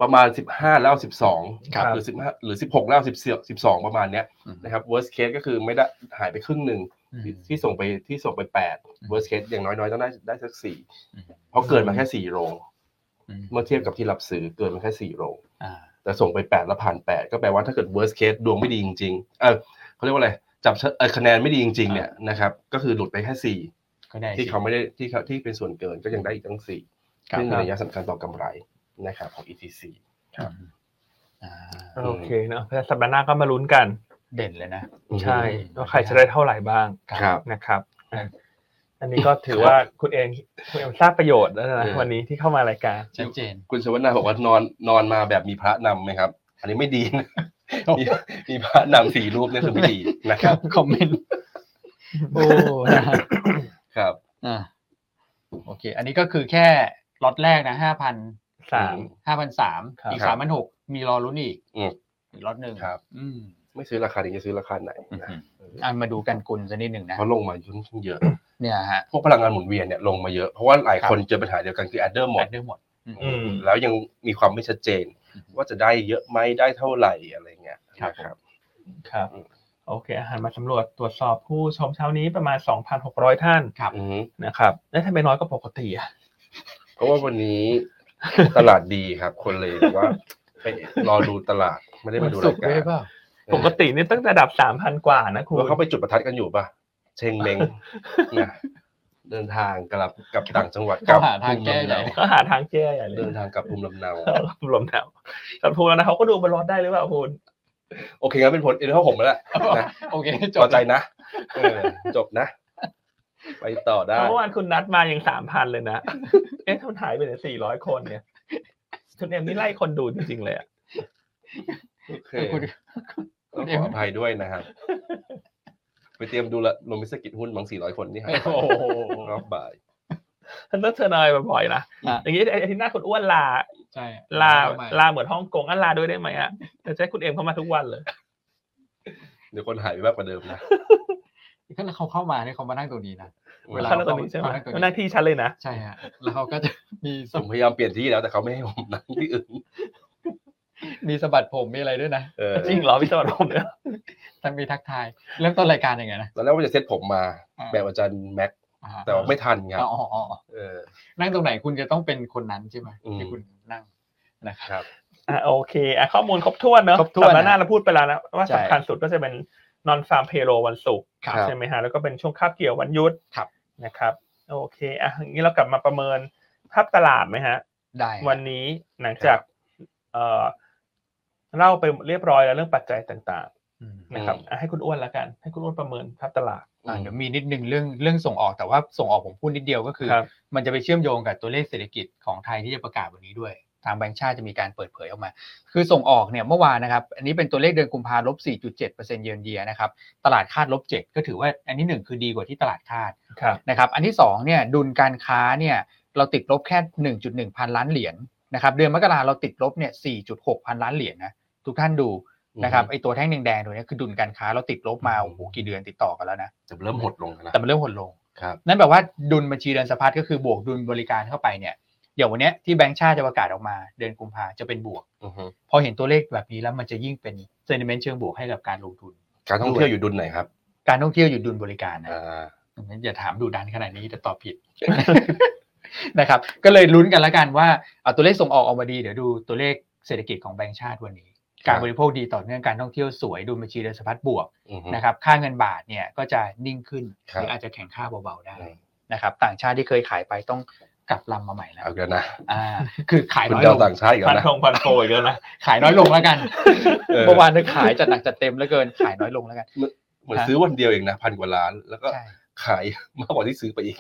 ประมาณสิบห้าแล้วเอาสิบสอง
ครับ
หรือสิบห้าหรือสิบหกแล้วเอาสิบสิบสองประมาณเนี้ย
อืม
นะครับ worst case ก็คือไม่ได้หายไปครึ่งหนึ่ง
อืม
ที่ที่ส่งไปที่ส่งไปแปด
อืม
worst case อย่างน้อยๆต้องได้ได้สักสี่
อืม
เพราะเกินมาแค่สี่โรง
อืม
เมื่อเทียบกับที่รับซื้อเกินมาแค่สี่โรง
อ่า
แต่ส่งไปแปดแล้วผ่านแปดก็แปลว่าถ้าเกิด worst case ดวงไม่ดีจริงๆเออเขาเรียกว่าอะไรจับเชเอ่อคะแนนไม่ดีจริงๆเนี่ยนะครับก็คือหลุดไปแค่สี่
ก็ได้
ที่เขาไม่ได้ที่เขาที่เป็นส่วนเกินก็ยังได้อีกตั้งสี่
ครับ
ซึ่งมีระยะสำคัญต่อกำไรนะครับของ ETC
ครับอ่า
โอเคเนาะสัปดาห์หน้าก็มาลุ้นกัน
เด่นเลยนะ
ใช่
อืม
ว่าใครจะได้เท่าไหร่บ้าง
ครับ
นะครับอ่ะอันนี้ก็ถือว่าคุณเองคุณเองทราบประโยชน์แล้วนะ
เออ
วันนี้ที่เข้ามารายการ
ชัดเจน
คุณชวนาบอกว่านอนนอนมาแบบมีพระนำไหมครับ อันนี้ไม่ดีนะ มีมีพระนำสี่รูปเนี่ยคือไม่ดีนะ
ค
ค
รั
รั
บบ คอมเมนต์โอ้นะฮะ
ครับ
อ่าโอเค อันนี้ก็คือแค่ล็อตแรกนะห้าพัน
สาม
ห้าพันสาม
ครับ
อีกสามพันหกมีรอลุ้นอีก
อืม
อีกล็อตหนึ่ง
ครับ
อืม
ไม่ซื้อราคานี้จะซื้อราคาไหนนะ
อ่ะมาดูกันกุลสักนิดหนึ่งนะ
เพราะลงมาค่อนข้างเยอะ
เนี่ยฮะ
พวกพลังงานหมุนเวียนเนี่ยลงมาเยอะเพราะว่าหลาย
ครับ
คนเจอปัญหาเดียวกันคือ adder หม
แบ
ด
ตเดอร์หมด
อืม
แล้วยังมีความไม่ชัดเจน ว่าจะได้เยอะไหมได้เท่าไหร่อะไรเงี้ย
ครับ
นะครับ
ครับ
อืม
โอเคอาหารมาสำรวจตรวจสอบผู้ชมเช้านี้ประมาณ 2,600 ท่าน
ครับ
อือฮึ
นะครับแล้วทำไมน้อยก็ปกติอ่ะ
เพราะว่าวัน นี้ตลาดดีครับ คนเลยแบบว่าไปรอดูตลาดไม่ได้มาดูรายการ
วันศุกร์ด้วยเปล่า
เออ
ปกตินี่ตั้งแต่ดับ 3,000 กว่านะคุณ
ว่าเขาไปจุดประทัดกันอยู่ป่ะ เชงเมง นะเดินทางกลับกลับต่างจังหวั ดกลับ
หาทาง
ภูมิ
แก้
ลำ
ใหญ่
เนา
ก็หาทางแก้ใหญ่เลย
เดินทางกลับภูมิลำเนา
รวมแล้วสัตว์พูดแล้วนะเขาก็ดูบนรถได้หรือเปล่าคุณ
โอเคงั้นเป็นผลเอ็นเท่าผมแล้วแหละนะ
โอเค จ
พอบ ใจนะเอ อจบนะ ไปต่อได้
เมื่อวานคุณนัดมายังสามพันเลยนะ เอ๊ะทำหายไปไหนสี่ร้อยคนเนี่ยคุณเอ็มนี่ไล่คนดูจริงๆเลยอะ
โอเค
คุณ
ก็ขออภัยด้วยนะครับ ไปเตรียมดูละลงมิสกิจหุ้นบางสี่ร้อยคนนี่ครับ
โอ้โห
รอบบ่าย
ท่านต้องเชิญนายบ่อยๆนะ
อ่ะ
อย่างนี้ไอ้ที่หน้าคุณอ้วนลา
ใช่
ลา
ใหม่
ลาเหมือนฮ่องกงอ่ะลาด้วยได้ไหมอ่ะจะใช้คุณเอ็มเข้ามาทุกวันเลย
เดี๋ยวคนหายไปมากกว่าเดิมนะ
ก็เขาเข้ามาเนี่ยเขามานั่งตรงนี้นะ เวลา
เขาตรงนี้ใช่ไหม
เขานั่งตรงนี้
หน้าที่ฉันเลยนะ
ใช่ฮะ แล้วเขาก็จะ มีส
ผมพยายามเปลี่ยนที่แล้วแต่เขาไม่ให้ผมนั่งที่อื่น
มีสะบัดผมมีอะไรด้วยนะ
เออ
จริงเหรอพี่สวัสดิ์ผมเนี่ย
ทั้งมีทักทาย เริ่มต้นรายการยังไงนะ
ตอนแรกว่าจะเซ็ตผมมา
อ่า
แบบอาจารย์แม็กซ์
อ่า
แต่ว่าไม่ทันครับ
อ๋ออ๋ออ๋อ
เออ
นั่งตรงไหนคุณจะต้องเป็นคนนั้นใช่ไหม
อืม
ที่คุณนั่งนะครับ
ครับ
อ่ะโอเคอ่ะข้อมูลครบถ้วนเนอะ
ครบถ้วน
สัปดาห์หน้าเราพูดไปแล้วนะว่า
ใช่
สำคัญสุดก็จะเป็นนอนฟาร์มเพโลวันศุกร์
ครับ
ใช่ไหมฮะแล้วก็เป็นช่วงคาบเกี่ยววันหยุด
ครับ
นะครับ โอเคอ่ะอย่างนี้เรากลับมาประเมินภาพตลาดไหมฮะ
ได้
วันนี้หลังจากเอ่อเล่าไปเรียบร้อยแล้วเรื่องปัจจัยต่าง
อืม
ๆ นะครับ
อืม
อ่ะให้คุณอ้วนละกัน ให้คุณอ้วนประเมินภาพตลาด
อ่าเดี๋ยวมีนิดนึงเรื่องเรื่องส่งออกแต่ว่าส่งออกผมพูดนิดเดียวก็คือ
ครับ
มันจะไปเชื่อมโยงกับตัวเลขเศรษฐกิจของไทยที่จะประกาศวันนี้ด้วย ทางแบงก์ชาติจะมีการเปิดเผยออกมา คือส่งออกเนี่ยเมื่อวานนะครับ อันนี้เป็นตัวเลขเดือนกุมภาลบ4.7%เยือนเยียนะครับ ตลาดคาดลบ7ก็ถือว่าอันนี้หนึ่งคือดีกว่าที่ตลาดคาด
ครับ
นะครับอันที่สองเนี่ยดุลการค้าเนี่ยเราติดลบแค่ 1.1 พันล้านเหรียญนะครับเดือนมกราเราติดลบเนี่ย 4.6 พันล้านเหรียญนะทุกท่านดูนะครับไอตัวแท่งแดงๆตัวเนี้ยคือดุลการค้าเราติดลบมาโอ้โหกี่เดือนติดต่อกันแล้วนะ
แต่เริ่มหดลงแล้วนะ
แต่มันเริ่มหดลง
ครับ
นั่นแปลว่าดุลบัญชีเดินสะพัดก็คือบวกดุลบริการเข้าไปเนี่ยเดี๋ยววันเนี้ยที่แบงก์ชาติจะประกาศออกมา เดือนกุมภาจะเป็นบวก
อือฮึ
พอเห็นตัวเลขแบบนี้แล้วมันจะยิ่งเป็นเซนิเมนต์เชิงบวกให้กับการลงทุน
การท่องเที่ยวอยู่ดุลไหนครับ
การท่องเที่ยวอยู่ดุลบริการนะ
อ่า
อย่าถามดูดันขนาดนี้แต่ตอบผิด นะครับ ก็เลยลุ้นกันแล้วกันว่าเอาตัวเลขส่งออกออกมาดีเดี๋ยวดูตัวเลขเศรษฐกิจของแบงก์ชาติวันนี้
ครับ
การบริโภคดีต่อเนื่องการท่องเที่ยวสวยดูบัญชีเดินสะพัดบวก
อือฮึ
นะครับค่าเงินบาทเนี่ยก็จะนิ่งขึ้น
ค
ห
รับ
รืออาจจะแข็งค่าเบาๆได้
อืม
นะครับ ต่างชาติที่เคยขายไปต้องกลับลำมาใหม่แล้ว
เอากันนะ
อ่า คือขาย
คุณ
น้อย
เดา
ลง
ต่างชาติอีกัน
พัน
นะ
ทงพันโพอีกแล้วนะ
ขายน้อยลงแล้วกัน
เออ
เมื่อวานนึกขายจัดหนักจัดเต็มเหลือเกินขายน้อยลงแล้วกัน
เหมือนซื้อวันเดียวเองนะพันกว่าล้าน แล้วก็
ใช่
ขายมากกว่าที่ซื้อไปอีก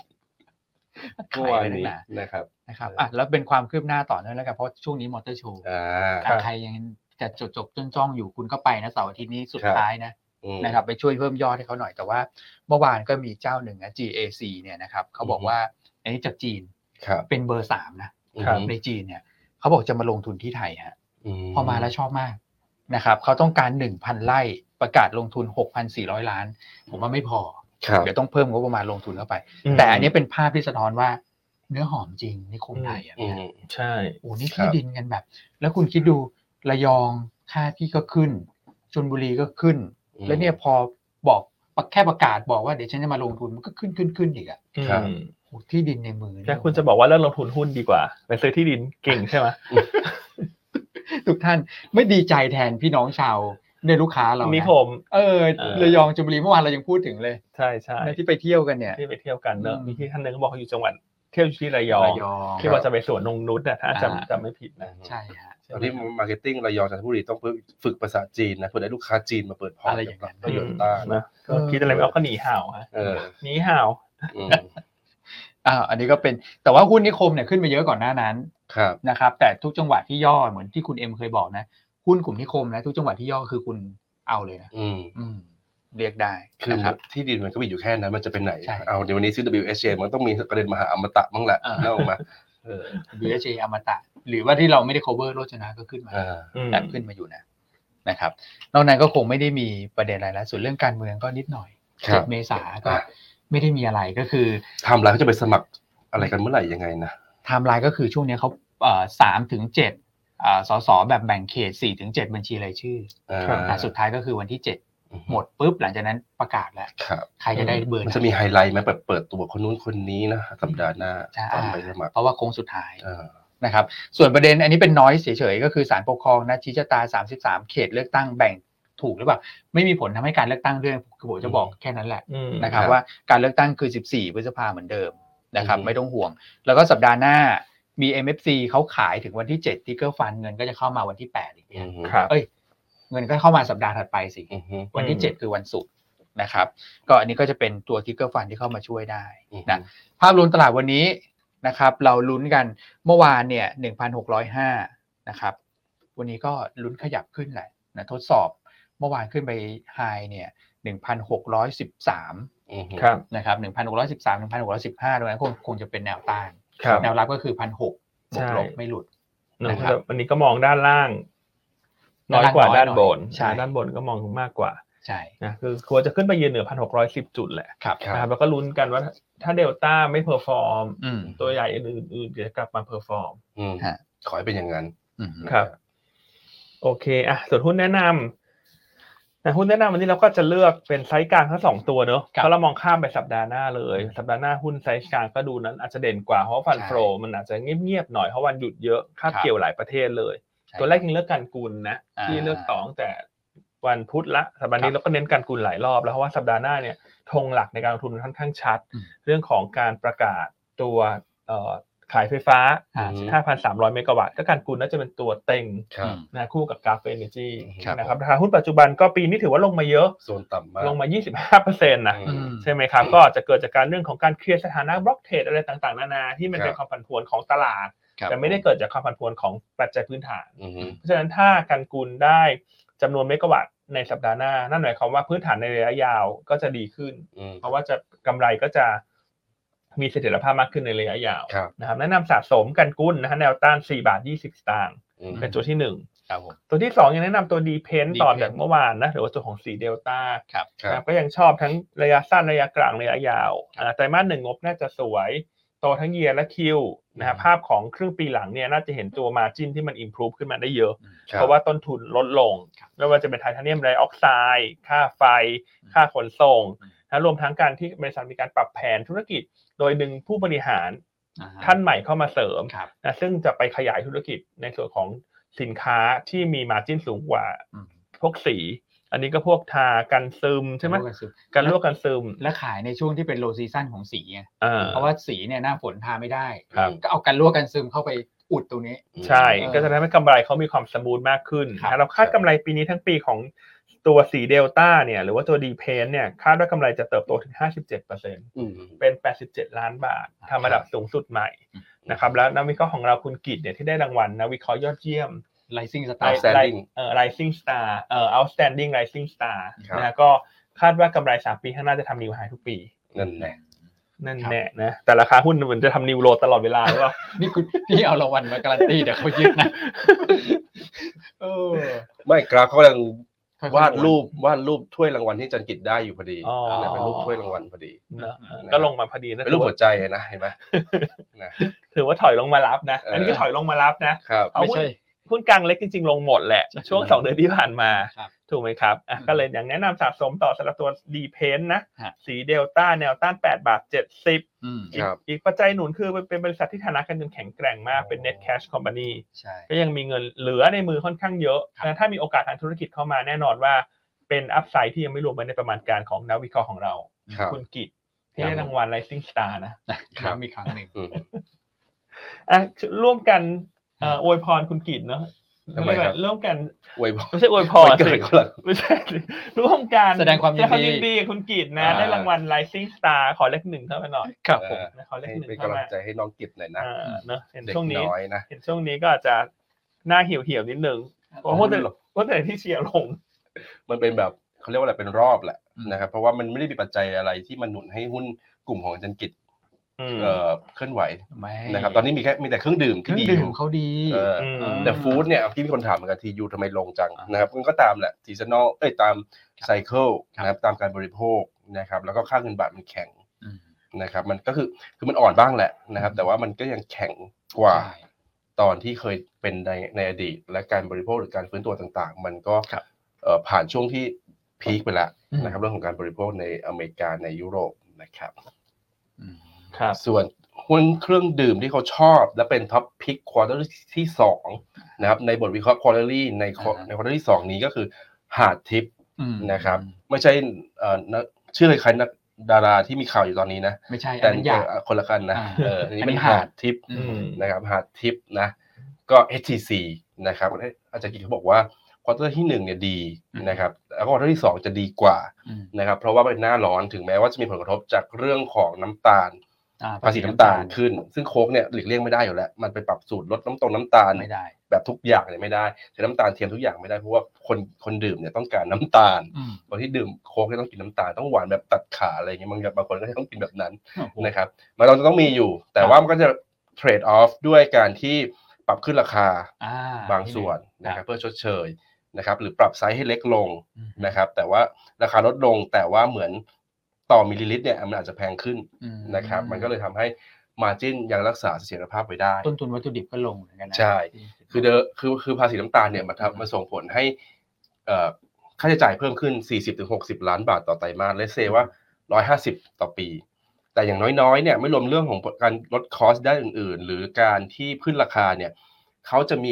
เมื่
ขายว
อาน
ไปตั้ง
นี้
นาน
นะครับ
นะครับ
เอออ่
อ่ะแล้วเป็นความคืบหน้าต่อเนื่องแล้วกันเพราะช่วงนี้มอเตอร์โชว์
อ่า
ครับ
ใครยังจะจดจบจ้องๆอยู่คุณก็ไปนะเสาร์อาทิตย์นี้สุด
ครับ
ท้ายนะ
อืม
นะครับไปช่วยเพิ่มยอดให้เขาหน่อยแต่ว่าเมื่อวานก็มีเจ้าหนึ่งนะ GAC เนี่ยนะครับเขาบอก
อือฮึ
ว่าอันนี้จากจีน
ครับ
เป็นเบอร์สามนะครับ ในจีนเนี่ยเขาบอกจะมาลงทุนที่ไทยฮะ
ม
พอมาแล้วชอบมากนะครับเขาต้องการ 1,000 ไร่ประกาศลงทุน 6,400 ล้าน ผมว่าไม่พอ
ครับ
เดี๋ยวต้องเพิ่มงบประมาณลงทุนเข้าไป แต่อันนี้เป็นภาพที่สะท้อนว่าเนื้อหอมจริงในคงไทยอ่ะ
อืม
ใช่
โอ้นี่
ครั
ที่
บ
ดินกันแบบ แล้วคุณคิดดูระยองค่าที่ก็ขึ้นชลบุรีก็ขึ้น แล้วเนี่ยพอบอกแค่ประกาศบอกว่าเดี๋ยวฉันจะมาลงทุนมันก็ขึ้นขึ้นขึ้นอีกอ่ะ
อืม
ครับ
โอ้ที่ดินในมือเนี่ย
แต่คุณจะบอกว่าเรื่องลงทุนหุ้นดีกว่า ไปซื้อที่ดินเก่งใช่ไหม
ทุกท่านไม่ดีใจแทนพี่น้องชาวในยลูกค้าเรา
นิ
นะ
คม
เออ
เออ
ระยองชลบุรีเมื่อวานเรายังพูดถึงเลย
ใช่ใช่
ในที่ไปเที่ยวกันเนี่ย
ที่ไปเที่ยวกันเนอะ
อืม
มีที่ท่านหนึ่งก็บอกเขาอยู่จังหวัดเที่ยวอยู่ที่ระยอง
ระยอง
ที่ว่าจะไปสวนนงนุชนะถ้า
อ่า
จำจำไม่ผิดนะ
ใช่ฮะ
ใช่
ตอน
ไหม
นี้มาร์เก็ตติ้งระยองจันทบุรีต้องฝึกภาษาจีนนะเพื่อได้ลูกค้าจีนมาเปิดพอร์ต
อะไรอย่างนั้น
ประโยชน์ต้า
นะก็คิดอะไรไม่ออกก็หนีห่าวฮะ
เออ
หนีห่าว
อืม
อ่าอันนี้ก็เป็นแต่ว่าหุ้นนิคมเนี่ยขึ้นไปเยอะก่อนหน้านั้น
ครับ
นะครับ แต่ทุกจังหวัดที่ย่อเหมือนที่คุณเอ็มเคยบอกนะหุ้นกลุ่มนิคมนะทุกจังหวัดที่ย่อคือคุณเอาเลยนะ
อืม
อืม เรียกได้
คือ
นะครับ
ที่ดินมันก็มีอยู่แค่นั้นมันจะเป็นไหน
ใช่
เอาในวันนี้ซื้อ WSJ มันต้องมีประเด็นมหาอมตะบ้างแหละ
อ่า
น่าออกมาเออ
BHA อมตะ หรือว่าที่เราไม่ได้ cover โรจนะก็ขึ้นมา
อ่า
อืม
แต่ขึ้นมาอยู่นะนะครับนอกนั้นก็คงไม่ได้มีประเด็นอะไรแล้วส่วนเรื่องการเมืองก็นิดหน่อย
ครั
เจ็
บ
ดเมษาก็ไม่ได้มีอะไรก็คือ
ทำแล้วเขาจะไปสมัครอะไรกันเมื่อไหร่ยังไงนะ
ไทม์ไลน์ก็คือช่วงเนี้ยเขาสามถึงเจ็ดสสแบบแบ่งเขตสี่ถึงเจ็ดบัญชีรายชื่อ
อ่า
อ่ะสุดท้ายก็คือวันที่เจ็ดหมดปุ๊บหลังจากนั้นประกาศแล้ว
ครับ
ใครจะได้เบอร์
มัน
ไห
จะมีไฮไลท์ไหมแบบเปิดตัวคนนู้นคนนี้นะสัปดาห์หน้า
ใช่
ตอนไปสมัคร
เพราะว่าโค้งสุดท้าย
อ่า
นะครับ ส่วนประเด็นอันนี้เป็นน้อยเฉยๆ ก็คือสารปกครองนะชี้ชะตา 33 เขตเลือกตั้งแบ่งถูกหรือเปล่า ไม่มีผลทำให้การเลือกตั้งเรื่องคือผมจะบอกแค่นั้นแหละ
อืม
นะครับว่าการเลือกตั้งคือ 14 พฤษภาเหมือนเดิมนะครับไม่ต้องห่วง แล้วก็สัปดาห์หน้ามี MFC เขาขายถึงวันที่7ที่เกอร์ฟันเงินก็จะเข้ามาวันที่ 8 อีก
อื
เนี่ย
ม
ครับ
เอ้ยเงินก็เข้ามาสัปดาห์ถัดไปสิ
อือฮึ
วันที่ 7 คือวันศุกร์นะครับ ก็อันนี้ก็จะเป็นตัวทิกเกอร์ฟันที่เข้ามาช่วยได้นะภาพรวมตลาดวันนี้นะครับ เราลุ้นกันเมื่อวานเนี่ย 1,605 นะครับ วันนี้ก็ลุ้นขยับขึ้นแหละนะทดสอบเมื่อวานขึ้นไปไฮเนี่ย1,613
อือฮึ
ครับ
นะครับ1,613 1,615ตรงนั้นคงคงจะเป็นแนวต้าน
ครับ
แนวรับก็คือ 1,600บ
ใช่
วกลบไม่หลุด
นะ
นะค
ค
รั
รั
บบ
วันนี้ก็มองด้านล่าง
ด้า
น้อย
นล่าง
กว่า
น้อย
ด้าน
หน่อย
บน
ใช่
ด้านบนก็มองมากกว่า
ใช่
นะคือควรจะขึ้นไปยืนเหนือพันหกร้อยสิบจุดแหละ
ครับ
ครับ
นะครับแล้วก็ลุ้นกันว่าถ้าเดลต้าไม่เพอร์ฟอร์ม
อืม
ตัวใหญ่อื่นๆจะกลับมาเพอร์ฟอร์ม
อืม
ฮะ
ขอให้เป็นอย่างนั้น
อืม
ครับ โอเคอ่ะส่วนหุ้นแนะนำนะหุ้นแนะนำวันนี้เราก็จะเลือกเป็นไซส์กลางทั้งสองตัวเนอะเพราะเรามองข้ามไปสัปดาห์หน้าเลย สัปดาห์หน้าหุ้นไซส์กลางก็ดูนั้นอาจจะเด่นกว่าเพราะฟันโฟมันอาจจะเงียบๆหน่อยเพราะวันหยุดเยอะคาบเกี่ยวหลายประเทศเลย
ใช่
ตัวแรกยังเลือกการกุลนะ
อ่า
ที่เลือกต่อตั้งแต่วันพุธละสัปดาห์
ครั
นี้
บ
เราก็เน้นการกุลหลายรอบแล้วเพราะว่าสัปดาห์หน้าเนี่ยธงหลักในการลงทุนมันค่อนข้างชัด
อืม
เรื่องของการประกาศตัวเอ่อขายไฟฟ้า
อ่า
5,300 เมกะวัตต์ก็การกุลน่าจะเป็นตัวเต็ง
ครับ
นะคู่กับกราฟเอเนจี
ครับ
นะครับราคาหุ้นปัจจุบันก็ปีนี้ถือว่าลงมาเยอะ
โซนต่ำมาก
ลงมา 25%นะ
อืม
ใช่ไหมครับ ก็อาจจะเกิดจากการเรื่องของการเคลียร์สถานะบล็อกเทรดอะไรต่างๆนานาที่มันเป็นความผันผวนของตลาด
ครับ
แต่ไม่ได้เกิดจากความผันผวนของปัจจัยพื้นฐาน
อืม
เพราะฉะนั้นถ้าการกุลได้จำนวนเมกะวัตต์ในสัปดาห์หน้า นั่นหมายความว่าพื้นฐานในระยะยาวก็จะดีขึ้น
อืม
เพราะว่าจะกำไรก็จะมีเสถียรภาพมากขึ้นในระยะยาว
ครับ
นะครับแนะนำสะสมกันกุลนะฮะแนวต้าน 4 บาท 20 สตางค์
อืม
เป็นตัวที่ 1
ครับผม
ตัวที่ 2 ยังแนะนำตัวดีเพน
Depend
ต่อจากเมื่อวานนะหรือว่าตัวของสีเดลต้า
ครับ
ครับ
ก็ยังชอบทั้งระยะสั้นระยะกลางระยะยาวอ่าไตรมาสหนึ่งงบน่าจะสวยโตทั้งเยียร์และคิวนะฮะภาพของครึ่งปีหลังเนี่ยน่าจะเห็นตัวมาจินที่มัน improve ขึ้นมาได้เยอะ
คบ
เพราะว่าต้นทุนลดลง
ครับ
ไม่ว่าจะเป็นไทเทเนียมไดออกไซด์ ค่าไฟ ค่าขนส่งนะรวมทั้งการที่บริษัทมีการปรับแผนธุรกิจ โดยดึงผู้บริหาร
อ่ฮะ
ท่านใหม่เข้ามาเสริม
ครับ
นะซึ่งจะไปขยายธุรกิจในส่วนของสินค้าที่มีมาจิ้นสูงกว่า
อืม
พวกสี อันนี้ก็พวกทากันซึมใช่ไหม
แล้วก็ซื้อ
กันลวกกันซึม
และขายในช่วงที่เป็นโลซีซั่นของสีไง
อ่า
เพราะว่าสีเนี่ยหน้าฝนทาไม่ได้
ครับ
ก็เอากันลวกกันซึมเข้าไปอุดตรงนี้
ใช่
เออ
ก็จะทำให้กำไรเขามีความสมูทมากขึ้น
ครับ
นะเราคาดกำไรปีนี้ทั้งปีของตัวสีเดลต้าเนี่ย หรือว่าตัวดีเพนเนี่ย คาดว่ากำไรจะเติบโตถึง 57%
อืม
เป็น 87 ล้านบาททำระดับสูงสุดใหม่นะครับ แล้วนักวิเคราะห์ของเราคุณกิจเนี่ยที่ได้รางวัลนักวิเคราะห์ยอดเยี่ยม
rising
ไล
star
Outstanding
เอ่อ rising star เอ่อ outstanding rising star
ครับ
นะก็คาดว่ากำไรสามปีข้างหน้าจะทำนิวไฮทุกปี
นั่นแหละ
นั่นแน่นะ แต่ราคาหุ้นเหมือนจะทำนิวโรตลอดเวลาหรือเปล่า
นี่คุณพี่เอารางวัลมาการันตีเดี๋ยวเขายึดนะเออ
ไม่กราฟเขากำลัง
ค่อยๆ
วาดรูปวาดรูปถ้วยรางวัลที่จันกิจได้อยู่พอดี
อ๋อ
นะเป็นรูปถ้วยรางวัลพอดี
เนอะเออ
นะครับ
ก็ลงมาพอดีนะ
เป็นรูปหัวใจนะเห็น ไหมนะ
ถือว่าถอยลงมารับนะ อันนี้ก็
เออ
ถอยลงมารับนะครับ เอา
ไม่
หุ้น
ใช่
หุ้นกลางเล็กจริงๆ ลงหมดแหละ
ใช่
ช่วงสองเดือนที่ผ่านมา
ครับ
ถูกไหมครับอ่ะ
อืม
ก็เลยอย่างแนะนำสะสมต่อสำหรับตัวดีเพนนะ
ฮะ
สีเดลต้าแนวต้าน8บาท70
อืม
อีก
ครับ
อีกปัจจัยหนุนคือมันเป็นบริษัทที่ฐานะการเงินแข็งแกร่งมากเป็น net cash company
ใช่
ก็ยังมีเงินเหลือในมือค่อนข้างเยอะ
ครับ
นะถ้ามีโอกาสทางธุรกิจเข้ามาแน่นอนว่า เป็นอัพไซด์ที่ยังไม่รวมไว้ในประมาณการของนักวิเคราะห์ของเรา
ครับ
คุณกิจที่ได้รางวัล rising star นะ
ย้ำอีกครั้งหนึ่ง
อืม
อ่ะร่วมกันเอ่อ
ครับ
อวยพรคุณกิจเนาะ
ทำไมครับ
เรียกว่าร่วมกัน
อวยพร
ไม่ใช่อวยพร
วันเกิ
สิ
ดเขาเหรอ
ไม่ใช่สิร่วมกัน
แสดงความยินดี
แสดงความยินดีกับคุณกิจนะ
อ่า
ได้รางวัล rising star ขอเลขหนึ่งเข้ามาหน่อย
ครับผม
นะขอเลข
ให้
หนึ่ง
เป็
เข้าก
นำลั
มาง
ใจให้น้องกิจหน่อยนะ
อ่าเนอะเห็น
เด็ก
ช่วงนี้
น้อยนะ
เห็นช่วงนี้ก็อาจจะหน้าเหี่ยวเหี่ยวๆนิดนึงเพราะว่าแต่ว่าแต่ที่เชียร์ลง
มันเป็นแบบเขาเรียกว่าอะไรเป็นรอบแหละนะครับเพราะว่ามันไม่ได้มีปัจจัยอะไรที่มันหนุนให้หุ้นกลุ่มของจันกิจเอ่อเคลื่อนไหว
ไม่
นะครับตอนนี้มีแค่มีแต่เครื่องดื่ม
เค
ที่
รื่อง
ดีอ
ดื่ม
ยู่
เขาดี
เออ
ม
แต่ฟู้ดเนี่ยที่มีคนถามเหมือนกันทียูทำไมลงจัง
อ่าน
นะครับมันก็ตามแหละซีซันอลเอ้ยตามไซเคิล
ครับ
นะครับตามการบริโภคนะครับแล้วก็ค่าเงินบาทมันแข็ง
ม
นะครับมันก็คือคือมันอ่อนบ้างแหละนะครับแต่ว่ามันก็ยังแข็งกว่า
ใช่
ตอนที่เคยเป็นในในอดีต และการบริโภคหรือการฟื้นตัวต่างๆ มันก็
ครับ
เอ่อผ่านช่วงที่พีคไปแล้ว
อืม
นะครับเรื่องของการบริโภคในอเมริกาในยุโรปนะครับ
อืม
ครับ
ส่วนหุ้นเครื่องดื่มที่เขาชอบและเป็นท็อปพิกควอเตอร์ที่สองนะครับในบทวิเคราะห์ควอเตอรี่ใน quar-
อ่าฮะ
ในควอเตอรี่สองนี้ก็คือหาดทิป
อืม
นะครับ ไม่ใช่เอ่อนักชื่อคล้ายๆนักดาราที่มีข่าวอยู่ตอนนี้นะ
ไม่ใช่
แต่
อันนั้นอยาก
เอ่อคนละกันนะ
อ่า
เอออันนี้เป็น
อันนี้หาด
หาดทิป
อืม
นะครับหาดทิปนะก็ HTC นะครับอาจารย์กิจเขาบอกว่าควอเตอร์ที่หนึ่งเนี่ยดี
อืม
นะครับแล้วก็ควอเตอร์ที่สองจะดีกว่า
อืม
นะครับเพราะว่าเป็นหน้าร้อนถึงแม้ว่าจะมีผลกระทบจากเรื่องของน้ำตาล
อ่
ภาษีน้ำตาลขึ้น ซึ่งโค้กเนี่ยหลีกเลี่ยงไม่ได้อยู่แล้ว มันไปปรับสูตรลดน้ำตรงน้ำตาล
ไม่ได้
แบบทุกอย่างเนี่ยไม่ได้ใช้น้ำตาลเทียมทุกอย่างไม่ได้เพราะว่าคนคนดื่มเนี่ยต้องการน้ำตาล
อืม
คนที่ดื่มโค้กเนี่ยต้องกินน้ำตาลต้องหวานแบบตัดขาอะไรอย่างเงี้ยบางบางคนก็ต้องกินแบบนั้น
โอ้โห
นะครับมันเราจะต้องมีอยู่ แต่ว่ามันก็จะเทรดออฟด้วยการที่ปรับขึ้นราคา
อ่
บางส่วน
ที่หง
นะครับเพื่อชดเชยนะครับหรือปรับไซส์ให้เล็กลง
อืม
นะครับแต่ว่าราคาลดลงแต่ว่าเหมือนต่อมิลลิลิตรเนี่ยมันอาจจะแพงขึ้น
อืม
นะครับมันก็เลยทำให้มาจินยังรักษาเสถียรภาพไว้ได้
ต้นทุนวัตถุดิบก็ลงเหมือนกันนะ
ใช่ คือเดอคือคือภาษีน้ำตาลเนี่ยมันทำมันส่งผลให้เอ่อค่าใช้จ่ายเพิ่มขึ้น 40-60 ล้านบาทต่อไตรมาสและเซว่า 150 ต่อปี แต่อย่างน้อยๆเนี่ยไม่รวมเรื่องของการลดคอสได้านอื่น ๆ หรือการที่ขึ้นราคาเนี่ยเขาจะมี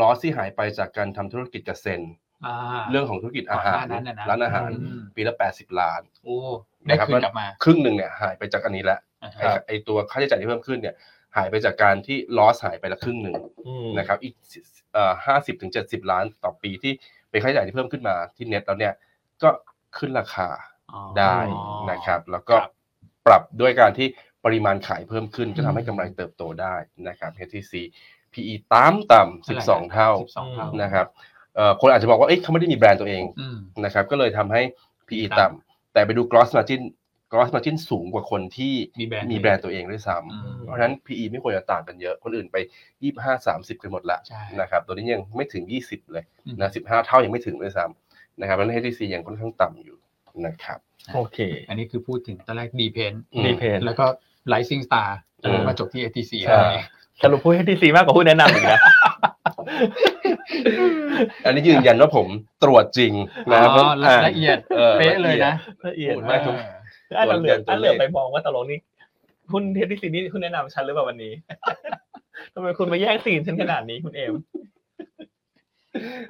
ลอสที่หายไปจากการทำธุรกิจกับเซน
อ่า
เรื่องของธุรกิจอาหาร
ก่นน้นั้นนะนะ
ร้านอาหาร
อืม
ปีละ 80 ล้าน
โอ้ได้
นะครับ
คืนกลับมา
ครึ่งหนึ่งเนี่ยหายไปจากอันนี้ละ
อ่า
ไอ้ไอตัวค่าใช้จ่ายที่เพิ่มขึ้นเนี่ยหายไปจากการที่ลอสหายไปละครึ่งหนึ่ง นะครับอีกห้าสิบถึงเจ็ดสิบล้านต่อปีที่เป็นค่าใช้จ่ายที่เพิ่มขึ้นมาที่เน็ตแล้วเนี่ยก็ขึ้นราคา
อ๋อ
ได้นะครับ แล้วก็
ครับ
ปรับด้วยการที่ปริมาณขายเพิ่มขึ้น ก็ทำให้กำไรเติบโตได้นะครับ HTC PE ตามต่ำสิบสองเท่า
สิบสองเท่า
12
นะครับเอ่อคนอาจจะบอกว่าเอ๊ะเขาไม่ได้มีแบรนด์ตัวเอง
อืม
นะครับก็เลยทำให้ PE
ครับ
ต่ำแต่ไปดู gross margin gross margin สูงกว่าคนที่
มีแบรนด์
มีแบรนด์ตัวเองด้วยซ้ำ
อืม
เพราะฉะนั้น PE ไม่ควรจะต่างกันเยอะ คนอื่นไป 25 30 กันหมดละ
ใช่
นะครับ ตัวนี้ยังไม่ถึง 20 เลย
อืม
นะ15 เท่ายังไม่ถึงด้วยซ้ำนะครับเพราะฉะนั้น HTC ยังค่อนข้างต่ำอยู่นะครับ
โอเค
อันนี้คือพูดถึงตอนแรกดีเพน
อืม
Depend
แล้วก็ Rising Star
อืม
มาจบที่ ATC
ใช่
แล้วเนี่ย
สรุปพูดให้ดีซีมากกว่าพูดแนะนำอีกนะ
อันนี้ยืนยันว่าผมตรวจจริง
อ๋
นะครับ
อละละเอียด
ออ
เป๊ะเลยนะ
ละเอียด
พู
มาม
ดาก ก
เออ
อันเหลือ
ตัวเลข
อันเหลือไปมองว่าตลกนี่คุณเทสดีซีนี่คุณแนะนำฉันหรือเปล่าวันนี้ ทำไมคุณมาแย่งซีนฉันขนาดนี้คุณเอม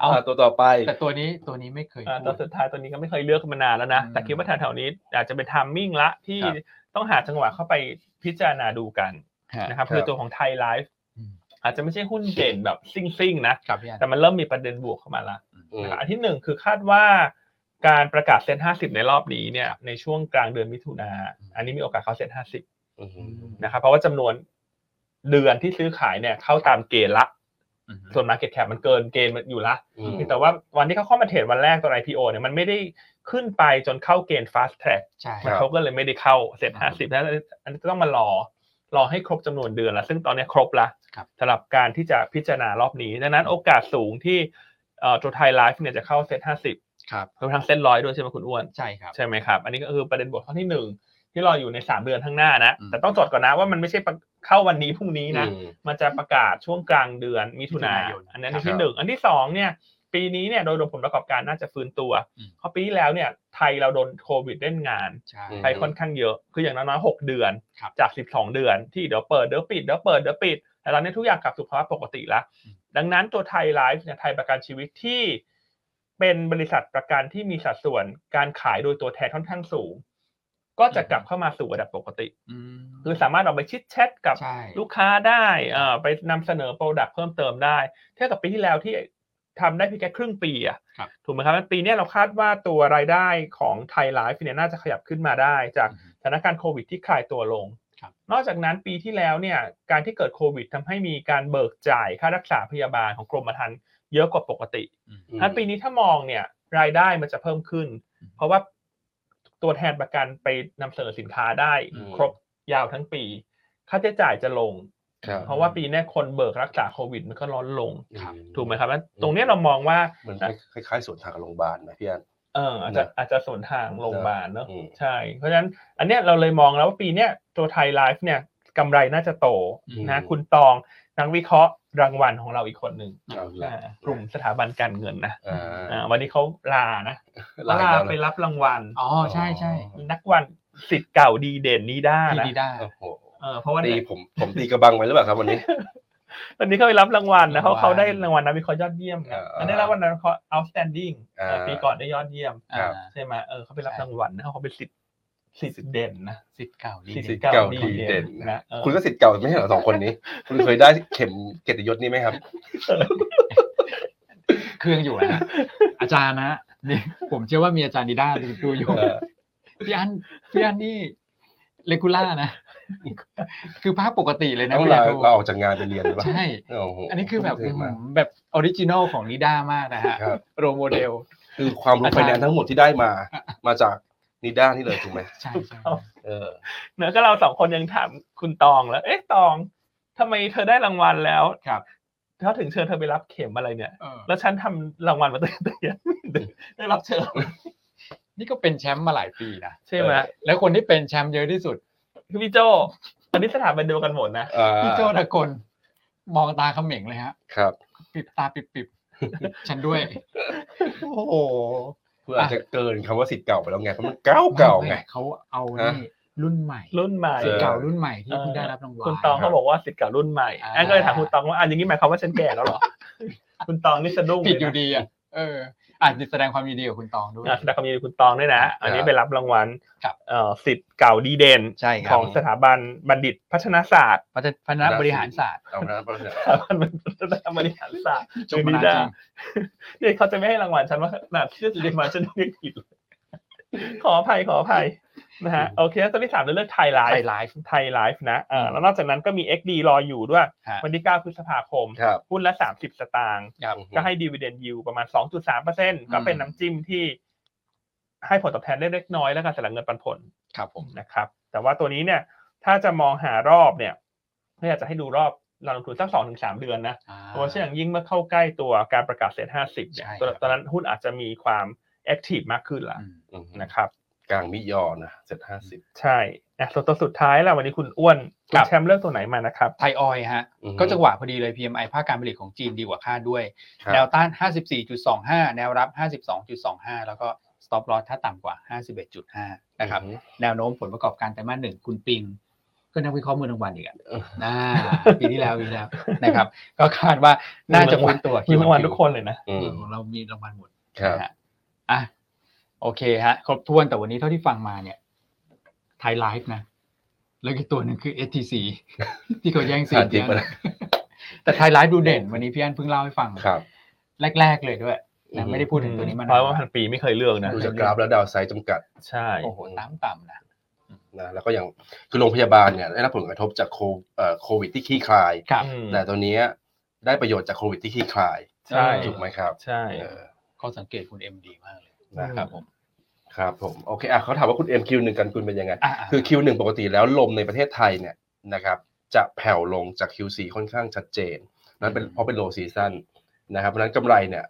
เอาตัวต่อไป
แต่ตัวนี้ตัวนี้ไม่เคย
อ่า
พู
ตัว
ด
สุดท้ายตัวนี้ก็ไม่เคยเลือกมานานแล้วนะ
อืม
แต่คิดว่าแถวๆนี้อาจจะเป็นไทามมิ่งละที่
ครับ
ต้องหาจังหวะเข้าไปพิจารณาดูกัน
ฮะ
นะครับ
ครับ
คือตัวของไทยไลฟ์
อืม
อาจจะไม่ใช่หุ้นเด่นแบบซิ่งๆนะ
ครับพี่อัน
แต่มันเริ่มมีประเด็นบวกเข้ามาละ
อืม
นะครับอันที่หนึ่งคือคาดว่าการประกาศเซ็น50 ในรอบนี้เนี่ยในช่วงกลางเดือนมิถุนา
อืม
อันนี้มีโอกาสเข้าเซ็น50
อืม
นะครับเพราะว่าจำนวนเดือนที่ซื้อขายเนี่ยเข้าตามเกณฑ์ละ
อืม
ส่วน Market Cap มันเกินเกณฑ์มันอยู่ละ
อืม
แต่ว่าวันที่เขาเข้ามาเทรดวันแรกตอน IPO เนี่ยมันไม่ได้ขึ้นไปจนเข้าเกณฑ์ Fast Track
ใช่
ครับ
เขาก็เลยไม่ได้เข้าเสร็จห้าสิบแล้วอันนี้ต้องมารอรอให้ครบจำนวนเดือนละซึ่งตอนนี้ครบละ
ครับ
สำหรับการที่จะพิจารณารอบนี้ ดังนั้นโอกาสสูงที่เอ่อตัวไทยไลฟ์เนี่ยจะเข้าเซตห้าสิบ
ครับ
รวมทั้งเซตร้อยด้วยใช่ไหมคุณอ้วน
ใช่ครับ
ใช่ไหมครับ อันนี้ก็คือประเด็นบทข้อที่หนึ่งที่รออยู่ในสามเดือนข้างหน้านะ
อืม
แต่ต้องจดก่อนนะว่ามันไม่ใช่ประเข้าวันนี้พรุ่งนี้นะ
อืม
มันจะประกาศช่วงกลางเดือนมิถุนายน
มิถุนายน
อันนั้น
ครับ
ที่หนึ่งอันที่สองเนี่ย ปีนี้เนี่ยโดยรวมผลประกอบการน่าจะฟื้นตัว
อืม
เพราะปีที่แล้วเนี่ยไทยเราโดนโควิดเล่นงาน
ใช่
อืม
ไทยค่อนข้างเยอะ คืออย่างน้อยๆหกเดือน
ครับ
จากสิบสองเดือนที่เดี๋ยวเปิดเดี๋ยวปิดเดี๋ยวเปิดเดี๋ยวปิด แต่ตอนนี้ทุกอย่างกลับสู่ภาวะปกติแล้ว
อืม
ดังนั้นตัวไทยไลฟ์เนี่ยไทยประกันชีวิตที่เป็นบริษัทประกันที่มีสัดส่วนการขายโดยตัวแทนค่อนข้างสูง ก็จะกลับเข้ามาสู่ระดับปกติ
อืม
คือสามารถออกไปชิดแชทกับ
ใช่
ลูกค้าได้เอ่อไปนำเสนอโปรดักต์เพิ่มเติมได้ เทียบกับปีที่แล้วที่ทำได้เพียงแค่ครึ่งปีอะ
ครับ
ถูกไหมครับปีเนี้ยเราคาดว่าตัวรายได้ของไทยไลฟ์เนี่ยน่าจะขยับขึ้นมาได้ จาก
อืม
สถานการณ์โควิดที่คลายตัวลง
ครับ
นอกจากนั้นปีที่แล้วเนี่ยการที่เกิดโควิดทำให้มีการเบิกจ่ายค่ารักษาพยาบาลของกรมธรรม์เยอะกว่าปกติ
อืม
นั้นปีนี้ถ้ามองเนี่ยรายได้มันจะเพิ่มขึ้น เพราะว่าตัวแทนประกันไปนำเสนอสินค้าได้
อืม
ครบยาวทั้งปี ค่าใช้จ่ายจะลง
ครับ
เพราะว่าปีเนี้ยคนเบิกรักษาโควิดมันก็ลดลง
ครับ
ถูกไหมครับแล้วตรงเนี้ยเรามองว่า
มันคล้ายๆสวนทางกับโรงพยาบาลนะพี่อัน
เอออาจจะ
นะ
อาจจะสวนทางโรงพยาบาลเนอะ
อืม
ใช่ เพราะฉะนั้นอันเนี้ยเราเลยมองแล้วว่าปีเนี้ยตัวไทยไลฟ์เนี่ยกำไรน่าจะโต
อืม
นะคุณตองนักวิเคราะห์รางวัลของเราอีกคนหนึ่ง
เอาละ
อ่ากลุ่มสถาบันการเงินนะ
อ่า
อ่าวันนี้เขาลานะ
ลา
ลา
แล้ว
ไป
นะ
รับรางวัล
อ๋อใช่ใช่
นักวันสิทธิ์เก่าดีเด่นนี้ได้
ที่
นะ
ดีได้า
โอ้โห
เออเพราะว่า
ตี
เนี่ย
ผมผมตีกระบังไว้หรือเปล่าครับวันนี้
วันนี้เขาไปรับรางวัลนะเขา
รางวัล
เขาได้รางวัลนักวิเคราะห์ยอดเยี่ยมนะ
เออ
อันนี้รางวัลนักวิเคราะห์ outstanding
อ่า
เออปีก่อนได้ยอดเยี่ยม
อ่า
ใช่ไหมเออเขาไปรับ
ใช่
รางวัลนะเขาเป็นสิทธิ์สิทธิ์เด่นนะ
สิทธิ์เก่าดี
สิท
เด่น
ธิ์เก่าดีเด่นนะเออ
คุณก็สิทธิ์เก่าไม่ใช่เหรอสองคนนี้ คุณเคยได้เข็มเกียรติยศนี่ไหมครับ
เครื่องอยู่นะ อาจารย์นะนี่ผมเชื่อว่ามีอาจารย์ดีด้าดูดูอยู่
เออ
พี่อันพี่อันนี่เลกูล่านะ คือภาพปกติเลยนะ
ต้อง
เว
ลา
ลาดู
ลาออกจากงานไปเรียนหรือเปล่า
ใช่
โอ้โห
อันนี้คือแบบ
ทุ่มเทมาก
แบบออริจินอลของนิด้ามากนะฮะ
ครับ
โรโมเดล
คือความรู้
อาจารย์
ไฟแนนซ์ทั้งหมดที่ได้มา มาจากนิด้านี่เลยถูกไหม
ใช่ใช่
เออ
เนอะก็เราสองคนยังถามคุณตองแล้ว เอ๊ะตองทำไมเธอได้รางวัลแล้ว
ครับ
เขาถึงเชิญเธอไปรับเข็มอะไรเนี่ย
เออ
แล้วฉันทำรางวัลมาตั้งแต่ยัง ได้รับเชิญ
นี่ก็เป็นแชมป์มาหลายปีนะ
ใช่ไหม
แล้วคนที่เป็นแชมป์เยอะที่สุด
คือพี่โจอันนี้สถาบันเดียวกันหมดนะ
อ่า
พี่โจตะกลมองตาเขม่งเลยฮะ
ครับ
ปิบตาปิบปิบๆฉันด้วย โอ้โห
เพื่ออาจจะเกินคำว่าสิทธิ์เก่าไปแล้วไงเพราะมันเก่าเก่าไง
เขาเอานี่รุ่นใหม่
รุ่นใหม่
สิทธิ์เก่า
เออ
รุ่นใหม่ที่เพิ่งได้รับรางวัล
คุณตองเขาบอกว่าสิทธิ์เก่ารุ่นใหม่
อ่า
อันก็เลยถามคุณตองว่าอันอย่างนี้หมายความว่าฉันแก่แล้วเหรอ คุณตองนี่สะดุ้ง
ผิด
เล
อย ยู่
นะ
ดีอ่ะเอออาจจะแสดงความยินดีกับคุณตองด้วย
อ่ะแสดงความยินดีคุณตองด้วยนะ อันนี้ไปรับรางวัล
ครับ
เอ่อสิทธิ์เก่าดีเด่น
ใช่ค
ข
รั
อบ งสถาบันบัณฑิตพัฒนาศาสตร์
พัฒพัฒนาบริหารศาสตร์
เอานะเพราะฉะนั้น
สถาบันบัณฑิตพัฒนาศาสตร์
จงมาจริง
เนี่ยเขาจะไม่ให้รางวัลฉันว่าขนาดที่เรียกมาฉันเรียกผิดเลยขออภัยขออภัยนะฮะโอเคแล้วตอนที่สามเราเลือกไทยไลฟ์
ไทยไลฟ์
ไทยไลฟ์นะอ่าแล้วนอกจากนั้นก็มี XD รออยู่ด้วย
ฮะ
วันที่เก้าพฤษภาคม
ครับ
หุ้นละ 30 สตางค์
ครับ
ก็ให้ดีเวเดนยิวประมาณ 2.3%ก็เป็นน้ำจิ้มที่ให้ผลตอบแทนได้เล็กน้อยแล้วกันสำหรับเงินปันผล
ครับผม
นะครับ แต่ว่าตัวนี้เนี่ย ถ้าจะมองหารอบเนี่ยก็อยากจะให้ดูรอบเราลงทุนสักสองถึงสามเดือนนะ
อ่า
เพราะว่าเช่นอย่างยิ่งเมื่อเข้าใกล้ตัวการประกาศเซ็ตห้าสิบเนี่ย
ใช่ครับ
ตัวตอนนั้นหุ้นอาจจะมีความแอคทีฟมากขึ้นละ
อืม
อืม
นะครับ
กลางมิยอนะเจ็ดห้าสิบ
ใช่นะส่วนตัวสุดท้ายล่ะวันนี้คุณอ้วนคุณ
ครับ
แชมป์เลือกตัวไหนมานะครับ
ไทยออยล์ฮะ
อืม
ก็จังหวะพอดีเลย PMI ภาคการผลิตของจีนดีกว่าคาดด้วย
ครับ
แนวต้าน 54.25 แนวรับ 52.25 แล้วก็ stop loss ถ้าต่ำกว่า 51.5 นะครับ
อืม
แนวโน้มผลประกอบการไตรมาสหนึ่งคุณปิง ก็นักวิเคราะห์มือรางวัลอีกอ่ะ
เออ
น่าปีที่แล้วปีที่แล้ว นะครับ ก็คาดว่าน่าจะฟื้นตัว
มีรางวัลทุกคนเลยนะ
อืม
ของเรามีรางวัลหมด
ครับ
นะฮะอ่ะโอเคฮะ ครบถ้วนแต่วันนี้เท่าที่ฟังมาเนี่ยไทยไลฟ์นะ แล้วอีกตัวหนึ่งคือ STC ที่เขาแย่งซีน
อ่ะจริงปะเนี่ย
แต่ไทยไลฟ์ดูเด่น วันนี้พี่อันเพิ่งเล่าให้ฟัง
ครับ
แรก ๆ เลยด้วยนะไม่ได้พูดถึงตัวนี้มา
เพราะว่าพั
นาน
ปีไม่เคยเลือกนะ
ดูจากกราฟแล้วดาวไซด์จำกัด
ใช่
โอ้โหต่ำต่ำๆนะ
นะแล้วก็อย่างคือโรงพยาบาลเนี่ยได้รับผลกระทบจากโคเอ่อโควิดที่คลี่คลาย
ครับ
อืม
แต่ตัวเนี้ย ได้ประโยชน์จากโควิดที่คลี่คลาย
ใช่
ถูกไหมครับ
ใช่
เออ
ข้อสังเกตคุณเอ็มดีมากเลย
นะครับ
ผม
ครับผมโอเคอ่ะเขาถามว่าคุณเอ็มคิวหนึ่งกันคุณเป็นยังไง
อ่ะ
คือ Q1 ปกติแล้วลมในประเทศไทยเนี่ยนะครับจะแผ่วลงจาก Q4 ค่อนข้างชัดเจนนั่นเป็นเพราะเป็นโลซีซันนะครับเพราะฉะนั้นกำไรเนี่ย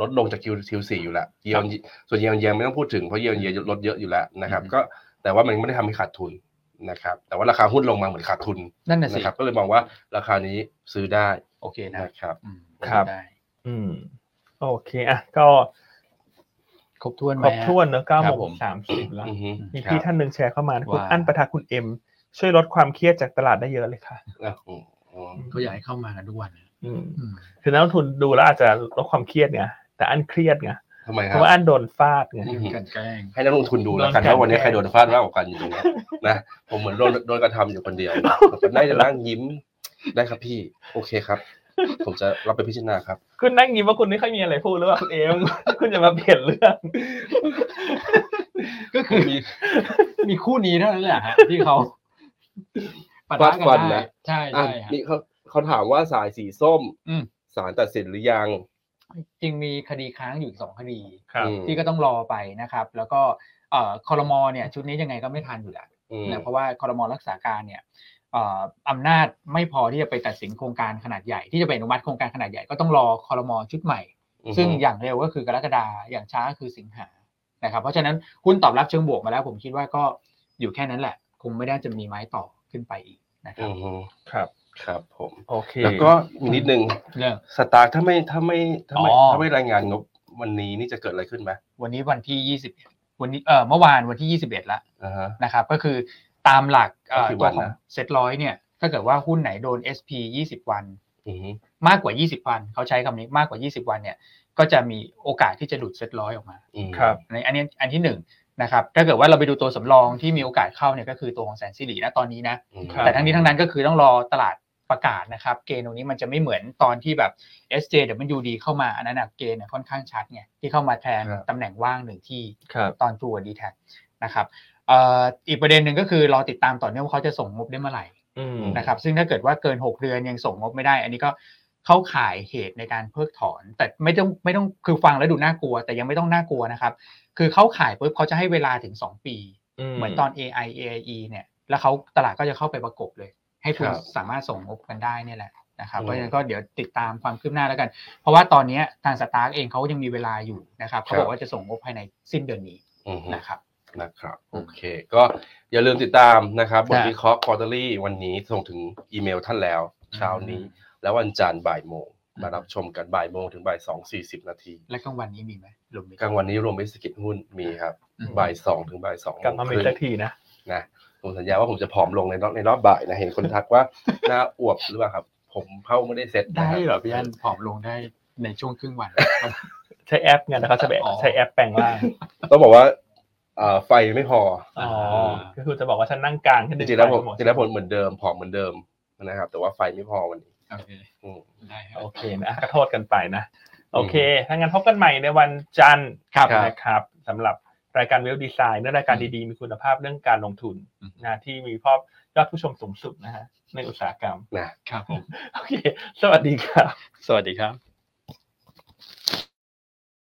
ลดลงจาก Q- Q4 อยู่แล้วเยียนส่วนเยียนเยียไม่ต้องพูดถึงเพราะเยียนเยียลดเยอะอยู่แล้วนะครับก็แต่ว่ามันไม่ได้ทำให้ขาดทุนนะครับแต่ว่าราคาหุ้นลงมาเหมือนขาดทุน
นั่นน่ะสิ
นะครับก็เลยมองว่าราคานี้ซื้อได้
โอเคนะ
นะครับ
อืม
ครับ
ได้
อืมโอเคอ่ะก็
ครบถ้วนไห
ค
ม
รบถ้วนเนอะเก้า
ครั
โม
บผ
ง
ม
สามสิบแล้ว
อือฮึ
มี
ครับ
พี่ท่านหนึ่งแชร์เข้ามานะคุณ
ว่า
อั้นประทาคุณเอ็มช่วยลดความเครียดจากตลาดได้เยอะเลยค่ะ
อ่ะอืมอืม
เขาอยากให้เข้ามากันทุกวันนะ
อืม
อืม
คือนักลงทุนดูแล้วอาจจะลดความเครียดไงแต่อันเครียดไง
ทำไมค
เพ
รับ
ราะว่าอันโดนฟาดไง
อืม
กันแกล้ง
ให้นักลงทุนดูแล้วกัน
โดนกัน
ว่าวันนี้
แกล้ง
ใครโดนฟาดมากกว่ากันอยู่ตรงเนี้ยนะผมเหมือนโดนโดนกระทำอยู่คนเดียวผมได้แต่นั่งยิ้มได้ครับพี่ โอเคครับ ผมจะรับไปพิจารณาครับ
คุณนั่งยิ้มว่าคุณไม่ค่อยมีอะไรพูดหรือเปล่าคุณเอ็ม คุณจะมาเปลี่ยนเรื่อง
ก็คือ
มี
มีคู่นี้เท่านั้นแหละฮะที่เขาปะทะกั
ฟาดฟัน
นได้
นะ
ใช่
อ่ะ
ใช่ฮะ
นี่เขาเขาถามว่าสายสีส้ม
อืม
สารตัดสินหรือยัง
จริงมีคดีค้างอยู่อีกสองคดี
อืม
ที่ก็ต้องรอไปนะครับ แล้วก็เอ่อคอรมอเนี่ย ชุดนี้ยังไงก็ไม่ทันอยู่แล้ว
อืม
นะเพราะว่าคอรมอรักษาการเนี่ยเอ่ออำนาจไม่พอที่จะไปตัดสินโครงการขนาดใหญ่ที่จะไปอนุมัติโครงการขนาดใหญ่ก็ต้องรอคอรมอชุดใหม่ ซึ่งอย่างเร็วก็คือกรกฎาอย่างช้าก็คือสิงหานะครับ เพราะฉะนั้นหุ้นตอบรับเชิงบวกมาแล้ว ผมคิดว่าก็อยู่แค่นั้นแหละ คงไม่ได้จะมีไม้ต่อขึ้นไปอีกนะครับ
อือฮึ
ครับ
ครับผม
โอเค
แล้วก็อีกนิดนึง
เรื่อง
สตาร์ทถ้าไม่ถ้าไม่ถ้าไม่
อ๋อ
ถ้าไม่รายงานงบวันนี้นี่จะเกิดอะไรขึ้นไหม
วันนี้วันที่ 21 วันนี้เออเมื่อวานวันที่ 21ละ
อ่าฮะ
นะครับ ก็คือตามหลักเอ่อ
กี่
ตั
วั
วน ของ
นะ
เซ็ตร้อยเนี่ยถ้าเกิดว่าหุ้นไหนโดน SP 20 วัน
อือฮึ
มากกว่า 20 วัน เขาใช้คำนี้มากกว่า 20 วันเนี่ยก็จะมีโอกาสที่จะดูดเซ็ตร้อยออกมา
อืม
ครับ
ในอันนี้อันที่หนึ่งนะครับถ้าเกิดว่าเราไปดูตัวสำรองที่มีโอกาสเข้าเนี่ยก็คือตัวของแสนสิรินะตอนนี้นะ
อืม
ครับ
แต่ทั้งนี้ทั้งนั้นก็คือต้องรอตลาดประกาศนะครับ เกณฑ์ตรงนี้มันจะไม่เหมือนตอนที่แบบ SJWD เข้ามาอันนั้นนะเกณฑ์เนี่ยค่อนข้างชัดไงที่เข้ามาแทน
ครับ
ตำแหน่งว่างหนึ่งที่
ครับ
ตอนตัวดีแท็นะครับเอ่ออีกประเด็นหนึ่งก็คือรอติดตามต่อเนื่องว่าเขาจะส่งงบได้เมื่อไหร่
อืม
นะครับซึ่งถ้าเกิดว่าเกิน 6 เดือนยังส่งงบไม่ได้ อันนี้ก็เข้าข่ายเหตุในการเพิกถอน แต่ไม่ต้องไม่ต้องคือฟังแล้วดูน่ากลัว แต่ยังไม่ต้องน่ากลัวนะครับคือเข้าข่ายปุ๊บเขาจะให้เวลาถึงสองปี เหมือนตอน AI AIE เนี่ย แล้วเขาตลาดก็จะเข้าไปประกบเลย ให้คุณ
ครับ
สามารถส่งงบกันได้เนี่ยแหละนะครับ
อืม
เพราะฉะนั้นก็เดี๋ยวติดตามความคืบหน้าแล้วกัน เพราะว่าตอนเนี้ยทางสตาร์กเองเขายังมีเวลาอยู่นะครับ
ค
เขา
รับ
บอกว่าจะส่งงบภายในสิ้นเดือนนี้
อือฮึ
นะครับ
นะครับ
อื
โอ
ม
เค ก็อย่าลืมติดตามนะครับบท
จ้ะ
วิเคราะห์ quarterly วันนี้ส่งถึงอีเมลท่านแล้ว เช้านี้
อืม
แล้ววันจันทร์บ่ายโมงมารับชมกันบ่ายโมงถึงบ่ายสองสี่สิบนาที
และกลางวันนี้มีไหมรวมมิตร
กลางวันนี้รวมวิสกิจหุ้นมีครับ
อืม
บ่ายสองถึงบ่ายสอง
กลับมาเม
ครึ่ง
สักทีนะ
นะผมสัญญาว่าผมจะผอมลงในรอบในรอบบ่ายนะเห็นคนทักว่า หน้าอวบหรือเปล่าครับ ผมเผ้าไม่ได้เซ็ตนะ
ได้
ค
เหรอพี่อันผอมลงได้ในช่วงครึ่งวัน
ใช้แอปไงแล้วเขาจะแบบ
อ๋อ
ใช้แอปแปลงร่าง
ต้องบอกว่าเอ่อไฟไม่พออ
อ๋อก็คือจะบอกว่าฉันนั่งกลางฉัน
จ
ดึง
ริงๆแล้วผม
ไปหมด
จริงๆแล้วผมเหมือนเดิมผอมเหมือนเดิมนะครับ แต่ว่าไฟไม่พอวันนี้
โอเค
อืม
ได้ครับ
โอเคนะอ่ะก็โทษกันไปนะ โอเค ถ้างั้นพบกันใหม่ในวันจันทร์
ครับ
นะครับสำหรับรายการเวลดีไซน์นรายการดีๆ มีคุณภาพเรื่องการลงทุน
อืม
นะที่มีภาพยอดผู้ชมสูงสุดนะฮะในอุตสาหกรรม
ครับผม
โอเค สวัสดีครับ
สวัสดีครับ